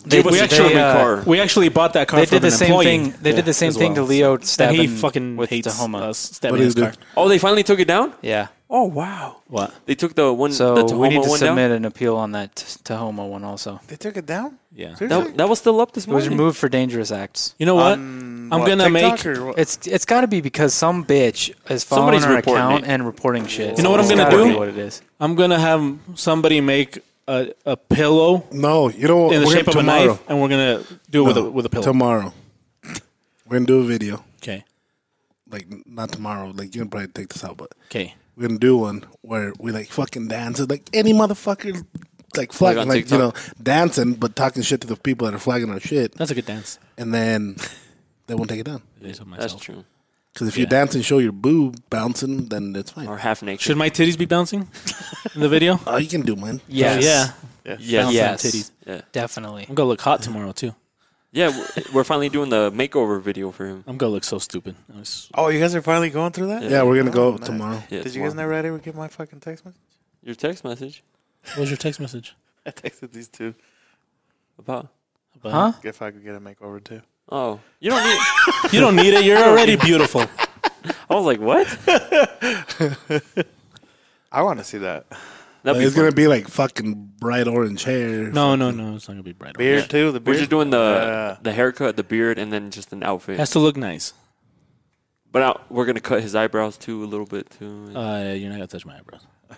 E: They-
G: give us
E: we
G: a
E: actually,
G: German
E: uh,
G: car.
C: we actually bought that car.
E: They
C: from
E: did the
C: an
E: same
C: employee.
E: thing. They did the same
C: as
E: thing to
C: well.
E: Leo
C: And
E: Stabbing
C: he fucking
E: with
C: hates
E: Tahoma.
C: us stabbing
A: What is
C: his car.
A: it?
G: oh, they finally took it down.
E: Yeah.
G: Oh wow,
C: What?
G: they took the one, the
E: So
G: Tahoma
E: we need to
G: one
E: submit an appeal on that t- Tahoma one also.
F: They took it down?
C: Yeah.
G: down.
F: Seriously?
G: That, that was still up this
E: It was
G: morning.
E: removed for dangerous acts.
C: You know what?
A: Um,
F: On
C: I'm
F: what,
C: gonna make-
F: TikTok or what?
E: It's it's got to be because some bitch is following
G: Somebody's
E: our
G: reporting
E: account
G: it.
E: and reporting shit.
C: You know what I'm
E: It's
C: gonna
E: gotta
C: do?
E: be What it is?
C: I'm gonna have somebody make a, a pillow
A: No, you know what?
C: in the
A: We're
C: shape of
A: gonna-
C: a
A: tomorrow.
C: knife, and we're gonna do it with a
A: No,
C: with a pillow.
A: Tomorrow. We're going to do a video.
C: Okay.
A: Like, not tomorrow. Like, you can probably take this out, but
C: Okay.
A: we're going to do one where we, like, fucking dance. It's like, any motherfucker, like, flagging,
G: on
A: like, you know,
G: TikTok.
A: dancing, but talking shit to the people that are flagging our shit.
C: That's a good dance.
A: And then they won't take it down.
G: That's true.
A: Because if you dance and show your boob bouncing, then it's fine.
G: Or half naked.
C: Should my titties be bouncing in the video?
A: Oh, you can do mine.
E: Yes.
C: Yeah.
G: yes.
C: Yeah.
G: yeah.
E: Yes.
C: Titties.
G: Yeah.
E: Definitely.
C: I'm gonna look hot tomorrow too.
G: w- we're finally doing the makeover video for him.
C: I'm gonna look so stupid. I was-
F: Oh, you guys are finally going through that?
G: Yeah.
A: Yeah, we're gonna go
F: Oh, nice.
A: tomorrow.
G: Yeah,
F: Did you guys
G: tomorrow.
F: never ever get my fucking text message?
G: Your text message
C: What was your text message?
F: I texted these two.
G: about?
C: About-
E: Huh?
F: If I could get a makeover too.
G: Oh, you don't need.
C: You don't need it. You're already beautiful.
G: I was like, what?
F: I want to see that.
G: That'd be
A: it's
G: fun.
A: gonna be like fucking bright orange hair.
C: No, no, no. It's not gonna be bright. orange.
F: Beard too. The
G: We're
F: beard.
G: just doing the
F: Uh,
G: the haircut, the beard, and then just an outfit.
C: It has to look nice.
G: but I, we're gonna cut his eyebrows too a little bit too.
C: Uh, you're not gonna touch my eyebrows. I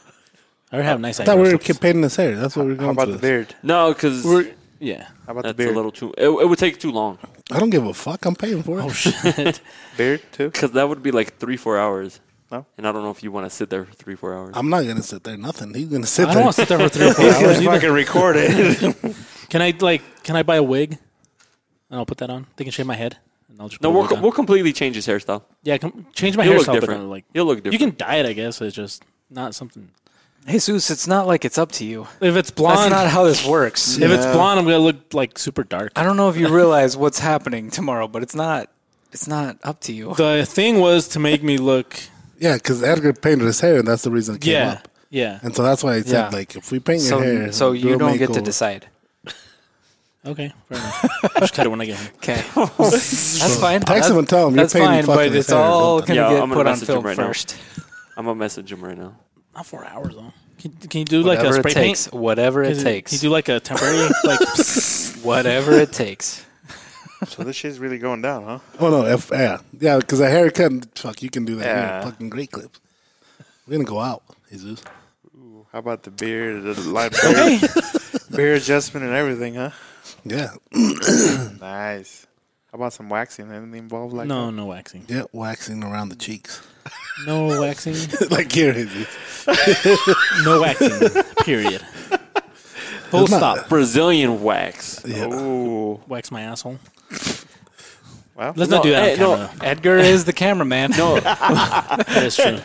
C: already have nice
A: I thought we
C: eyebrows.
A: were painting his hair. That's what we we're
F: How
A: going
F: about
A: through
F: the
A: this.
F: beard?
G: no, because
C: We're- yeah.
F: How about the
G: that's
F: beard?
G: a little too. It, it would take too long
A: I don't give a fuck. I'm paying for it.
C: Oh shit.
F: beard too.
G: because that would be like three four hours.
F: No.
G: and I don't know if you want to sit there for three four hours.
A: I'm not gonna sit there. Nothing. He's gonna sit
C: I don't
A: there.
C: want to sit there for three or four hours either.
F: fucking record it.
C: Can I like? Can I buy a wig? And I'll put that on. They can shave my head. And I'll just
G: no,
C: put a
G: we'll
C: wig
G: co-
C: on.
G: we'll completely change his hairstyle.
C: yeah. Can, change my
G: He'll
C: hairstyle,
G: look
C: but
G: different.
C: I'm like
G: He'll look
C: you
G: different.
C: can dye it. I guess it's just not something.
E: Jesus, it's not like it's up to you.
C: If it's
E: That's
C: blonde,
E: not how this works.
C: if it's blonde, I'm gonna look like super dark.
E: I don't know if you realize what's happening tomorrow, but it's not. It's not up to you.
C: The thing was to make me look.
A: yeah, because Edgar painted his hair, and that's the reason it came
C: Yeah.
A: up.
C: Yeah.
A: And so that's why I said
E: Yeah.
A: like, if we paint your
E: So,
A: hair,
E: so you
A: a
E: don't get to
A: makeover.
E: decide.
C: Okay. Fair enough. I'll just cut it when I get home.
E: Okay, that's fine.
A: Text
E: that's,
A: him and tell him you're
E: that's
A: painting
E: fine,
A: fucking
E: but it's
A: hair,
E: all
A: don't-
E: gonna
G: Yeah,
E: get
G: I'm gonna
E: put on
G: message
E: film
G: him right now.
E: first.
G: I'm gonna message him right now.
C: Not four hours though. Can, can you do like
E: Whatever
C: a
E: it
C: spray
E: takes.
C: paint?
E: Whatever it
C: Can you-
E: takes.
C: Can you do like a temporary like?
E: whatever it takes.
F: so this shit's really going down, huh?
A: Oh no, if, yeah, yeah, because a haircut, fuck, you can do that. You're
F: Yeah.
A: fucking great clips. We're gonna go out, Jesus.
F: How about the beard, the light beard, beard adjustment, and everything, huh?
A: Yeah,
F: Nice. How about some waxing? Anything involved like
C: no,
F: that?
C: no waxing.
A: yeah, waxing around the cheeks,
C: No waxing.
A: like here, Jesus.
C: No waxing. Period. Full
A: It's not-
C: stop.
G: Brazilian wax.
E: Oh,
A: Yeah.
F: Ooh.
C: Wax my asshole.
F: Well,
C: Let's not do that.
G: hey,
C: on
G: no.
C: camera.
E: Edgar is the cameraman.
C: That is true.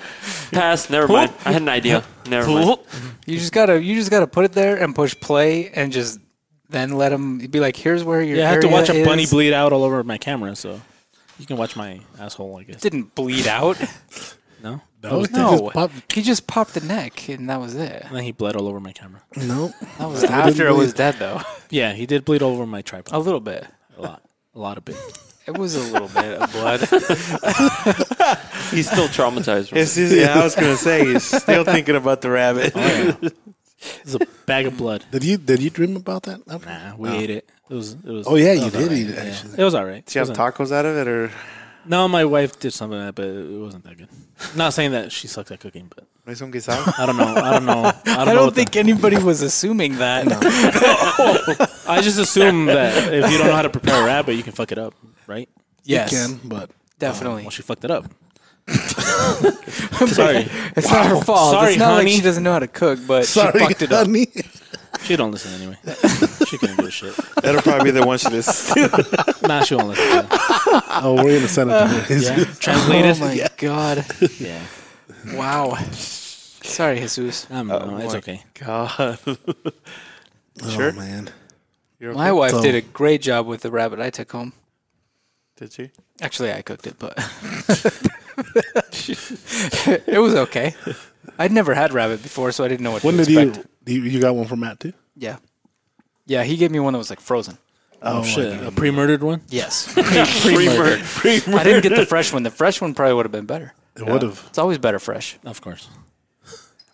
G: Pass. Never mind. I had an idea. Never mind.
E: You just gotta you just gotta put it there and push play and just then let him be like, here's where your
C: Yeah, I have to
E: area
C: watch a bunny
E: is."
C: bleed out all over my camera, so you can watch my asshole. I guess.
E: Didn't bleed out.
C: No.
A: No,
E: No.
A: just pop-
E: he just popped the neck and that was it.
C: And then he bled all over my camera.
A: no.
E: That was after it
A: bleed.
E: was dead though.
C: Yeah, he did bleed all over my tripod.
E: A little bit.
C: A lot. A lot of bit.
E: It was a little bit of blood.
G: He's still traumatized. From
F: It's easy. I was gonna say he's still thinking about the rabbit.
C: It's a bag of blood.
A: Did you did you dream about that?
C: Nah, we ate it. It was. It was.
A: Oh yeah,
C: it
A: you
C: was
A: did
C: alright,
A: eat it. Actually,
C: It was all right.
F: Did you have tacos out of it, or
C: No, my wife did something like that, but it wasn't that good. Not saying that she sucks at cooking, but
F: No es un guisado.
C: I don't know. I don't know. I don't,
E: I
C: know
E: don't,
C: what the-
E: think anybody was assuming that.
C: I just assume that if you don't know how to prepare a rabbit, you can fuck it up, right?
E: yes,
A: Can, but
E: definitely.
C: Well, she fucked it up. Sorry,
E: It's not her fault.
C: Sorry,
E: it's not
C: honey.
E: like she doesn't know how to cook, but
A: sorry,
E: she fucked it up.
A: honey.
C: she don't listen anyway. She can't give a shit.
F: That'll probably be the one she lists.
C: Nah, she won't listen. To
A: Oh, we're gonna send it to
C: it.
A: his
C: Uh, Yeah, translate
E: Oh
C: it.
E: my god!
C: Yeah,
E: Wow. Sorry, Jesus.
C: I'm, no, it's okay.
F: God.
A: Oh man,
F: You're
E: My
F: okay?
E: wife
A: So-
E: did a great job with the rabbit I took home.
F: Did she?
E: Actually, I cooked it, but it was okay. I'd never had rabbit before, so I didn't know what
A: when
E: to
A: did you,
E: expect.
A: you you got one from Matt too?
E: Yeah, yeah. He gave me one that was like frozen.
C: Oh,
A: my
C: shit,
A: God.
C: a pre-murdered one.
E: Yes,
G: Pre-murder.
E: I didn't get the fresh one. The fresh one probably would have been better.
A: It would have.
E: It's always better fresh.
C: Of course.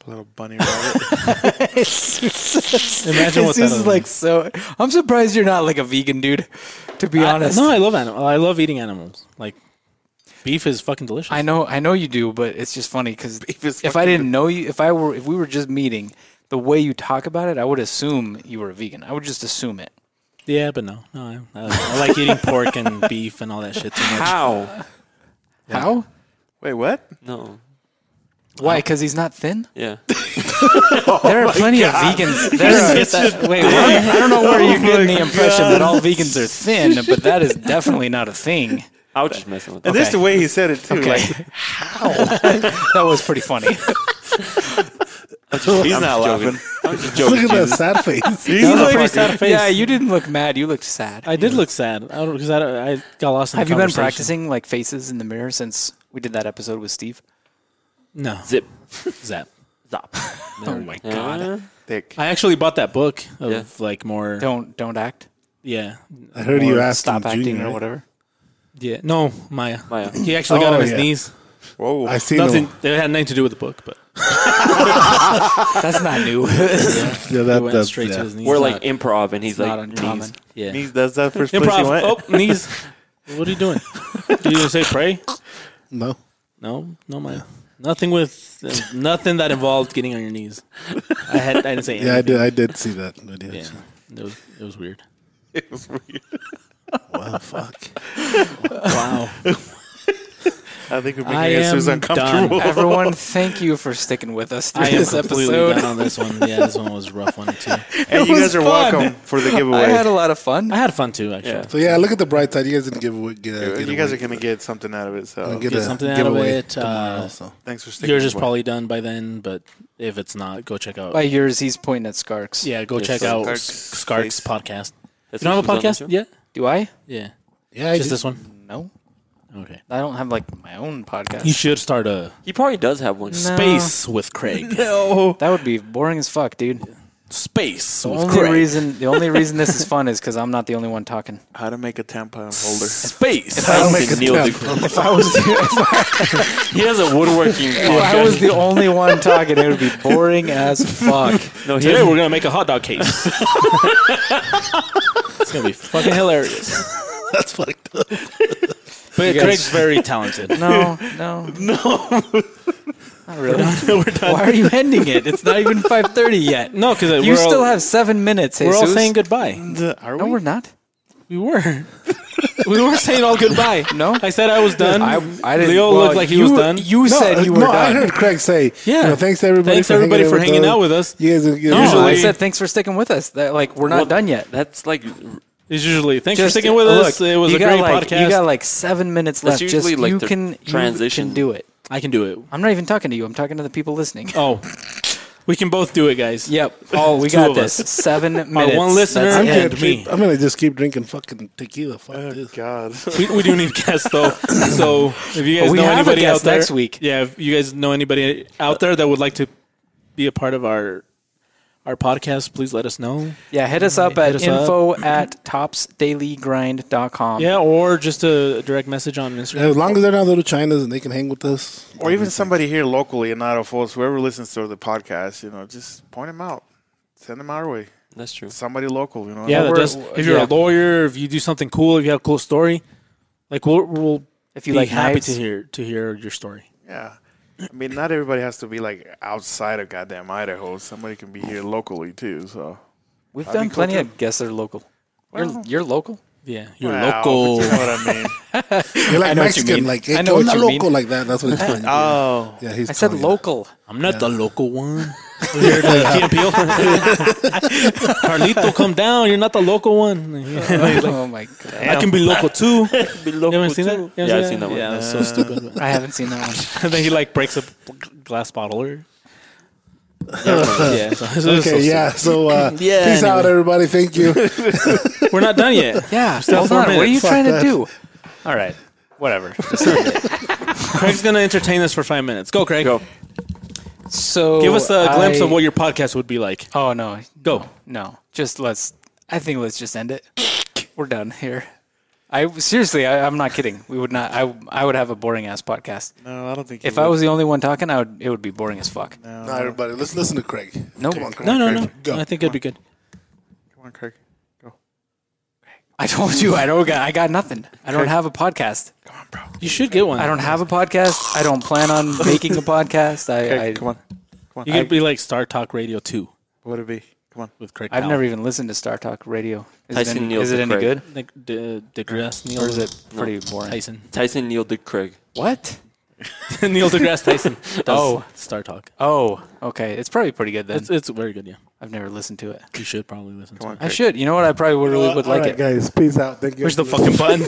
F: Little bunny rabbit.
C: Imagine what that
E: this
C: is
E: is like so. I'm surprised you're not like a vegan dude. To be honest,
C: I, no, I love animal. I love eating animals. Like beef is fucking delicious.
E: I know, I know you do, but it's just funny because
F: is
E: if I didn't know you, if I were, if we were just meeting, the way you talk about it, I would assume you were a vegan. I would just assume it.
C: Yeah, but no, no, I, I, I like eating pork and beef and all that shit too much.
G: How?
E: How?
F: Wait, what?
G: No.
E: Why? Because he's not thin.
G: Yeah.
C: Oh
E: there are plenty of vegans. There are, wait, what? I don't know where
C: Oh
E: you're getting the impression that all vegans are thin, but that is definitely not a thing.
G: I was just messing with
F: And
G: them.
F: this is the way he said it too. Like
E: That was pretty funny.
F: he's not laughing.
G: I'm
A: Look
G: just joking.
A: at that sad face.
F: He's
C: was a
F: like-
C: pretty sad face.
E: Yeah, you didn't look mad. You looked sad.
C: I did look sad. I don't because I, I got lost. in the
E: Have you been
C: conversation.
E: practicing like faces in the mirror since we did that episode with Steve?
C: No,
G: Zip.
C: zap.
G: Zop.
E: Oh my
G: Yeah.
F: thick.
C: I actually bought that book of
G: Yeah.
C: like more.
E: Don't don't act.
C: Yeah,
A: I heard you
E: Or
A: asked
E: stop
A: him,
E: acting
A: Junior,
E: or
A: right?
E: whatever.
C: yeah. No, Maya.
G: Maya.
C: He actually
A: Oh,
C: got on his
A: yeah.
C: knees.
F: Whoa.
A: I seen
C: Nothing.
A: him.
C: It had nothing to do with the book, but
E: That's not new.
A: Yeah,
C: he
A: that,
C: went
A: that,
C: straight
A: yeah.
C: to his knees.
G: We're
C: It's
G: like
C: not-
G: improv, and he's
E: it's not
G: like,
E: uncommon.
G: knees.
C: yeah.
F: Knees, that's that first place you went.
C: Improv. Oh, knees. What are you doing? Did you say pray?
A: No,
C: No, no, Maya. Nothing with uh, nothing that involved getting on your knees. I had. I didn't say. Anything.
A: yeah, I did. I did see that. I did.
C: Yeah, it was it was weird.
A: Wow, fuck.
C: Wow,
F: I think we're making
C: I
F: us
C: am
F: uncomfortable.
E: Everyone, thank you for sticking with us through
C: I am
E: this
C: completely
E: episode.
C: done on this one. Yeah, this one was a rough one too.
F: And you
E: It
F: guys
E: was
F: are
E: fun.
F: welcome for the giveaway.
E: I had a lot of fun.
C: I had fun too, actually.
G: Yeah.
A: So yeah, look at the bright side. You guys didn't give away. Get,
F: Uh,
A: get
F: you guys are
A: away.
F: gonna get something out of it. So
A: Gonna get
C: Get
A: a
C: something out of
A: giveaway
C: it, uh,
A: tomorrow, so.
F: thanks for sticking.
C: Yours is
F: with it.
C: probably done by then, but if it's not, go check out.
E: By yours, he's pointing at Skarks.
C: yeah, go
G: Yes.
C: check out
F: Skark's
C: Skark's
F: face.
C: podcast.
G: That's
C: You don't have a
G: what she's
C: podcast
G: on this
C: yet?
E: Do I?
C: Yeah,
A: Yeah, I
C: just
A: do.
C: this one.
E: No,
C: Okay.
E: I don't have like my own podcast.
C: You should start a
G: show? He probably does have one.
E: No.
C: space with Craig.
E: That would be boring as fuck, dude.
C: Space
E: The
C: with
E: only
C: Craig.
E: reason the only reason this is fun is because I'm not the only one talking.
F: How to make a tampon holder.
C: Space.
G: I don't
A: Make
G: think
A: a
G: Neil
A: tap.
G: did- He has a woodworking
C: Oh,
E: If I was
G: podcast.
E: the only one talking, it would be boring as fuck.
G: No, he
C: Today
G: has-
C: we're gonna make a hot dog case. it's gonna be fucking hilarious.
A: That's fucked up.
C: But
E: guys-
C: Craig's very talented.
E: No, no, no. Not really.
C: we're done.
E: Why are you ending it? It's not even five thirty yet.
C: No, because
E: You still have seven minutes.
C: We're all
E: Jesus.
C: saying goodbye.
F: Are we?
E: No, we're not.
C: We were. we were saying all goodbye.
E: No,
C: I said I was done.
E: I, I didn't.
C: Leo
E: well,
C: looked like he
E: you,
C: was done.
E: You said you were
A: no, I
E: done.
A: heard Craig say,
C: Yeah.
A: "Yeah, thanks to everybody.
C: Thanks everybody for hanging out with us.
A: You guys, are- you
C: No,
E: No,
A: guys are-
E: I
C: Usually-
E: said thanks for sticking with us. That like we're not
G: Well,
E: done yet.
G: That's like
C: It's usually thanks
E: Just- uh,
C: for sticking with us.
E: look,
C: It was
E: you
C: a
E: got
C: great
E: like,
C: podcast.
E: You got like seven minutes
G: That's
E: left. Just
G: usually, like,
E: you
G: the
E: can you
G: transition.
E: can do it.
C: I can do it.
E: I'm not even talking to you. I'm talking to the people listening.
C: Oh, we can both do it, guys.
E: Yep. Oh, we
C: Two
E: got
C: of
E: this.
C: us.
E: Seven minutes.
C: one listener
E: That's
A: I'm,
E: it.
C: and
A: gonna
C: me.
A: keep- I'm gonna just keep drinking fucking tequila. Fuck
F: Oh,
A: this.
F: God.
C: We, we do need guests though. So if you guys
E: We
C: know
E: have a
C: anybody
E: guest
C: out there
E: next week.
C: yeah, if you guys know anybody out there that would like to be a part of our our podcast, please let us know.
E: Yeah, hit us up
C: Hit
E: at
C: us up.
E: info at topsdailygrind.com.
C: Yeah, or just a direct message on Instagram.
A: As long as they're not little Chinas and they can hang with us,
F: Or even somebody here locally in Idaho Falls, whoever listens to the podcast, you know, just point them out, send them our way.
G: that's true.
F: Somebody local, you know.
C: Yeah, that
E: we're-
C: does, if you're
E: yeah.
C: a lawyer, if you do something cool, if you have a cool story, like we'll we'll
E: If you
C: be
E: like
C: happy
E: knives,
C: to hear to hear your story.
F: Yeah. I mean, not everybody has to be like outside of goddamn Idaho. Somebody can be here locally too. So
E: we've
F: That'd be
E: done plenty
F: cool,
E: of guests that are local.
F: Well.
E: you're, you're local.
C: Yeah, your
F: Wow,
C: local.
F: but You know what I mean?
A: You're like
E: know what you
A: Mexican,
E: mean.
A: like hey,
E: I know
A: I'm
E: what
A: not
E: you mean.
A: local like that. That's what he's telling you.
F: Oh,
A: yeah, he's.
E: I said
A: telling you.
E: local.
C: I'm not the local one. You're the Key and Peele. Carlito, come down. You're not the local one.
E: oh my god!
C: I can be local too.
G: Be
C: You
G: local
C: haven't seen that? You
G: too.
C: haven't
G: Yeah, I've seen that one.
C: Yeah, that's so stupid.
E: I haven't seen that one.
C: and then he like breaks a glass bottle or. yeah, so, so it's so
A: Okay, yeah. So uh,
C: Yeah,
A: peace out,
C: anyway.
A: everybody. Thank you.
C: stupid. We're not done yet.
E: Yeah,
C: Still
E: hold
C: four
E: on. What are you
C: minutes.
E: trying to do?
C: All right, whatever. Craig's gonna entertain us for five minutes. Go, Craig.
G: Go.
E: So
C: Give us a glimpse
E: Oh, I-
C: of what your podcast would be like.
E: Oh no,
C: Go.
E: no. Just let's. I think let's just end it. We're done here. I seriously, I, I'm not kidding. We would not. I I would have a boring ass podcast.
F: no, I don't think.
E: If
F: you
E: I
F: would.
E: was the only one talking, I would. It would be boring as fuck.
A: No, everybody, let's listen to Craig.
E: No.
A: Come on, Craig.
C: No, no, no.
A: Craig, Go.
C: I think it'd be good.
F: come on, Craig, go.
E: I told you, I don't. Got, I got nothing. I don't
F: Okay.
E: have a podcast.
C: You should get one.
E: I don't have a podcast. I don't plan on making a podcast. I,
F: Craig,
E: I
F: come on.
C: You could be like Star Talk Radio Two
F: What would it be? Come on.
C: with Craig.
E: I've
C: Powell.
E: never even listened to Star Talk Radio. Is
G: Tyson
E: it any,
G: Neal
E: is it
G: to
E: any
G: Craig.
E: good?
C: like De- DeGrasse Neil
E: Or is it pretty boring?
C: Tyson.
G: Tyson Neil Dick Craig.
E: What?
C: Neil deGrasse Tyson. Does
E: Oh.
C: Star Talk.
E: Oh, okay. It's probably pretty good then.
C: It's it's very good. Yeah,
E: I've never listened to it.
C: you should probably listen to.
F: Come
C: it.
F: on,
E: I
F: Craig.
E: should. You know what? I probably would, really would like it.
A: guys. Peace out. Thank you.
C: Push the fucking button.